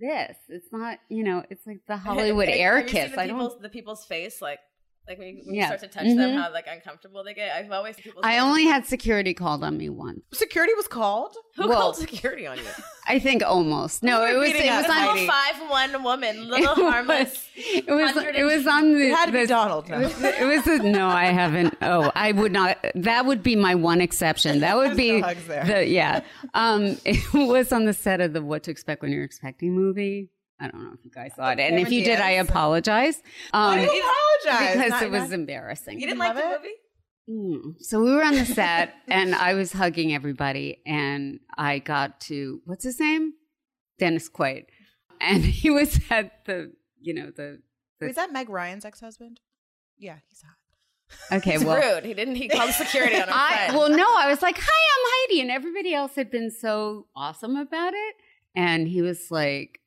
C: this. It's not, you know, it's like the Hollywood
A: Have-
C: air
A: have you seen
C: kiss.
A: the
C: I don't.
A: people's, the people's face, like like when you, when
C: Yeah.
A: you start to touch them,
C: Mhm.
A: how like uncomfortable they get. I've always seen people's
C: I
A: faces.
C: only had security called on me once.
B: Security was called.
A: who
C: well-
A: called security on you?
C: I think almost. No, it was it
B: beating
C: was
B: us,
C: on
B: Heidi.
A: Little five one woman, little harmless.
C: It was.
A: hundred
C: It
A: and-
C: was on the.
B: It had to be
C: the-
B: Donald. No.
C: It was a, no, I haven't. Oh, I would not. That would be my one exception. That would be
B: no hugs there.
C: the yeah. Um, it was on the set of the What to Expect When You're Expecting movie. I don't know if you guys saw it, and if you did, I apologize. Um,
B: Why do you apologize?
C: because
B: Not-
C: it was
B: not-
C: embarrassing.
A: You didn't like the movie?
C: Mm. So we were on the set, and I was hugging everybody, and I got to what's his name, Dennis Quaid, and he was at the you know the
B: Was that Meg Ryan's ex-husband? Yeah, he's hot.
C: okay
A: It's
C: well
A: rude. He didn't. He called security on her
C: I
A: friend.
C: well no I was like hi I'm Heidi, and everybody else had been so awesome about it, and he was like.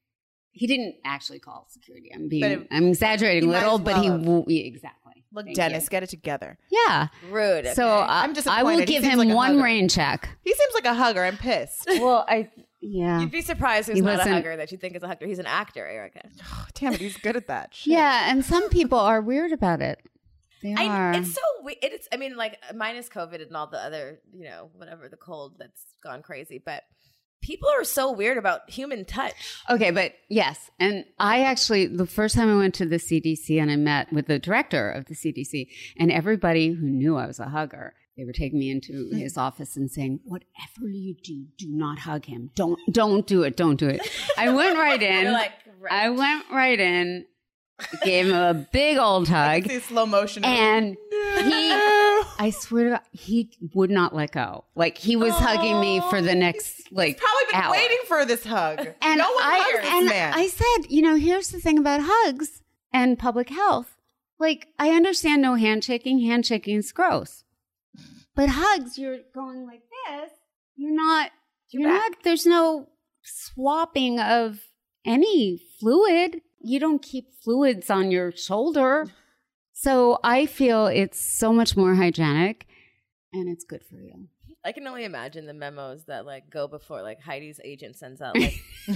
C: He didn't actually call security. I'm being,
B: it-
C: I'm exaggerating a
B: he might
C: little,
B: as
C: but
B: well
C: he
B: have.
C: wo- yeah, exactly.
B: Look,
C: Thank
B: Dennis,
C: you.
B: get it together.
C: Yeah.
A: rude.
C: So uh,
A: okay.
C: I,
B: I'm
C: I will
B: disappointed. He
C: give
B: seems
C: him
B: like a
C: one
B: hugger.
C: rain check.
B: He seems like a hugger. I'm pissed.
C: Well, I Yeah.
A: You'd be surprised who's
C: He
A: not a
C: wasn't-
A: hugger that you think is a hugger. He's an actor, Erica.
B: Oh, damn it, he's good at that. Shit.
C: Yeah. And some people are weird about it. They are.
A: I, it's so we- it's. I mean, like minus COVID and all the other, you know, whatever the cold that's gone crazy. But people are so weird about human touch.
C: Okay, but yes. And I actually, the first time I went to the CDC and I met with the director of the CDC, and everybody who knew I was a hugger, they were taking me into his office and saying, Whatever you do, do not hug him. Don't, don't do it. Don't do it. I went right in.
A: You're like,
C: I went right in, gave him a big old hug,
B: See slow motion.
C: and he. I swear to God, he would not let go. Like he was hugging me for the next like
B: Probably been
C: hour.
B: waiting for this hug.
C: And
B: no one
C: I,
B: hugs this
C: and
B: man.
C: I said, you know, here's the thing about hugs and public health. Like, I understand no handshaking. Handshaking is gross. But hugs, you're going like this. You're not, you're not, there's no swapping of any fluid. You don't keep fluids on your shoulder. So I feel it's so much more hygienic and it's good for you.
A: I can only imagine the memos that like go before like Heidi's agent sends out.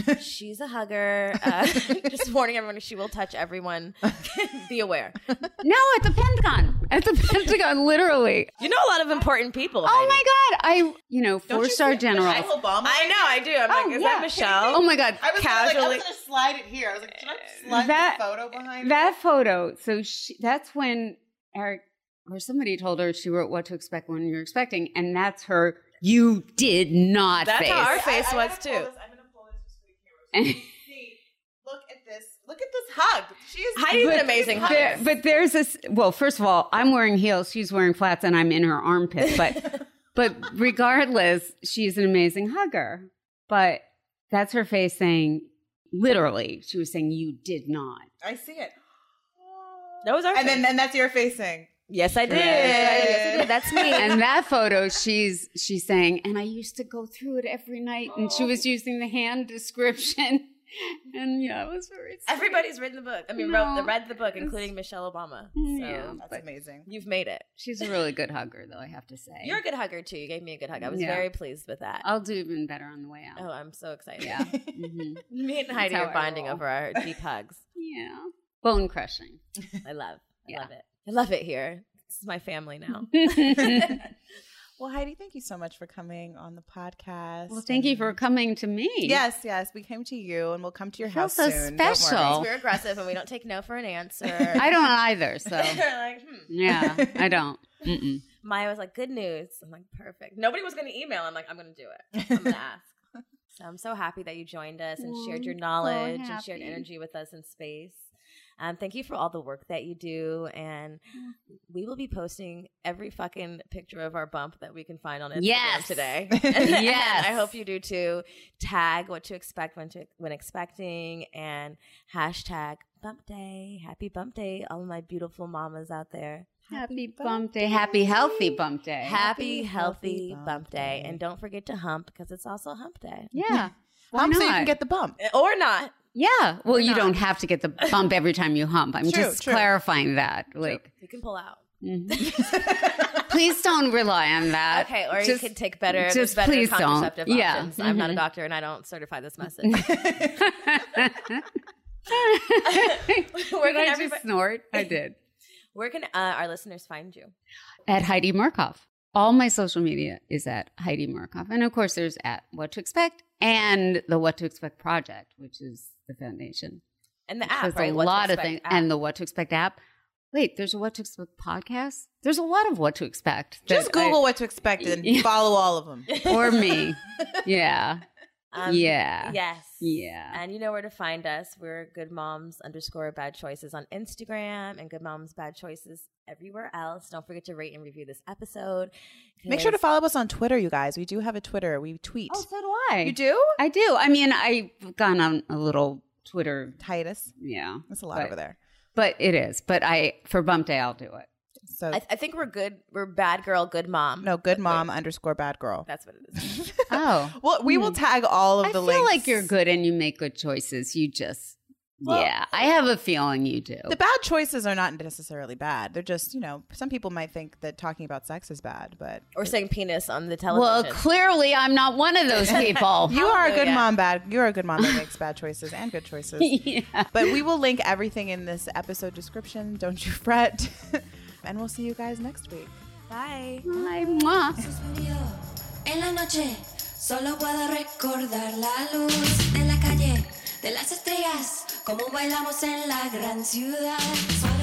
A: Like, she's a hugger. Uh, just warning everyone, she will touch everyone. Be aware.
C: No, at the Pentagon. At the Pentagon, literally.
A: You know a lot of important people.
C: Oh
A: Heidi.
C: my god! I you know four star general. Oh,
B: Michelle Obama.
A: I know, I do. I'm like, is that
C: yeah.
A: Michelle?
C: Oh my god!
B: I was gonna, like, I
A: Casually-
B: was gonna slide it here. I was like, should I slide
C: That-
B: the photo behind?
C: That photo. So she, that's when Eric or somebody told her she wrote what to expect when you're expecting, and that's her. You did not
A: That's
C: face.
A: how our face was too.
B: I'm gonna pull this just for the camera. See, look at this. Look at this hug. She is.
A: Heidi's an amazing hugger.
C: There- but there's this. Well, first of all, I'm wearing heels. She's wearing flats, and I'm in her armpit. But but regardless, she's an amazing hugger. But that's her face saying, literally, she was saying, "You did not."
B: I see it.
A: That was our
B: And then
A: face.
B: and that's your facing.
A: Yes, I did.
B: Yes, I did.
A: That's me.
C: and that photo she's she's saying and i used to go through it every night and she was using the hand description and yeah it was very sad.
A: Everybody's written the book. I mean, wrote the,
C: No.
A: read the book, including Michelle Obama. So
C: yeah
B: That's
C: but
B: amazing.
A: you've made it.
C: she's a really good hugger though i have to say
A: You're a good hugger too. You gave me a good hug. I was
C: Yeah.
A: very pleased with that.
C: i'll do even better on the way out
A: Oh, I'm so excited.
C: yeah Mhm.
A: Me and
C: That's
A: Heidi
C: how
A: are
C: I
A: bonding
C: roll.
A: over our deep hugs.
C: yeah bone crushing
A: I love. I
C: Yeah.
A: love it. I love it here. This is my family now. Mm-hmm.
B: Well, Heidi, thank you so much for coming on the podcast.
C: well thank you for coming to me
B: Yes, yes, we came to you, and we'll come to your
C: I feel
B: house
C: so
B: soon. Don't worry.
C: special.
A: We're aggressive and we don't take no for an answer.
C: i don't either so
A: They're like, hmm.
C: yeah i don't Mm-mm.
A: Maya was like, "Good news." I'm like, "Perfect." Nobody was going to email. I'm like, "I'm going to do it. I'm going to ask." So I'm so happy that you joined us and shared your
C: Aw, I'm Mm, so
A: knowledge and shared
C: happy.
A: energy with us in space. Um, thank you for all the work that you do, and
C: Mm.
A: we will be posting every fucking picture of our bump that we can find on Instagram
C: Yes.
A: today.
C: Yes.
A: I hope you do too. Tag what to expect when to when expecting, and hashtag bump day. Happy bump day, all of my beautiful mamas out there.
C: happy bump day happy healthy bump day
A: Happy, healthy, bump day. And don't forget to hump because it's also hump day.
C: yeah Why
B: Hump so you
C: not?
B: can get the bump.
A: Or not.
C: Yeah. Well, you don't have to get the bump every time you hump. I'm
B: True,
C: just
B: true.
C: clarifying that. Like, mm-hmm.
A: You can pull out.
C: please don't rely on that.
A: Okay, or
C: Uh, Just-
A: you could take better, there's
C: just
A: better
C: please don't.
A: contraceptive
C: Yeah. Mm-hmm.
A: options. I'm not a doctor and I don't certify this message.
C: Where
A: can
C: did I just
A: everybody-
C: snort? I did.
A: Where can uh, our listeners find you?
C: At Heidi Murkoff. All my social media is at Heidi Murkoff. And of course, there's at What to Expect and the What to Expect Project, which is the foundation.
A: And the
C: which
A: app,
C: has
A: right?
C: a
A: What to
C: lot of
A: Expect
C: things.
A: app.
C: And the What to Expect app. Wait, there's a What to Expect podcast? There's a lot of What to Expect. that
B: Just
C: I-
B: Google what to expect and follow all of them.
C: or me. Yeah.
A: Um,
C: yeah.
A: Yes.
C: Yeah.
A: And you know where to find us. We're Good Moms underscore Bad Choices on Instagram and Good Moms Bad Choices everywhere else. Don't forget to rate and review this episode.
B: Make sure to follow us on Twitter, you guys. We do have a Twitter. We tweet.
C: Oh, so do I.
B: you do?
C: I do. I mean, I've gone on a little Twitter.
B: Titus.
C: Yeah.
B: That's a lot
C: But-
B: over there.
C: But it is. But I, for bump day, I'll do it.
B: So
A: I, I think we're good. We're bad girl, good mom.
B: no, good mom underscore bad girl.
A: That's Hmm. what it is.
C: Oh.
B: Well, we will tag all of
C: I
B: the
C: feel
B: links.
C: like you're good and you make good choices. You just yeah, I have a feeling you do.
B: The bad choices are not necessarily bad. They're just, you know, some people might think that talking about sex is bad, but
A: Or saying penis on the
C: Well,
A: television.
C: clearly I'm not one of those
A: Oh,
C: people.
B: you are a good mom bad you are a good mom that makes bad choices and good choices but we will link everything in this episode description don't you fret and we'll see you guys next week
A: Bye.
C: Ay, mwah.
G: suspiró en la noche. Solo puedo recordar la luz de la calle, de las estrellas, como bailamos en la gran ciudad. Suave,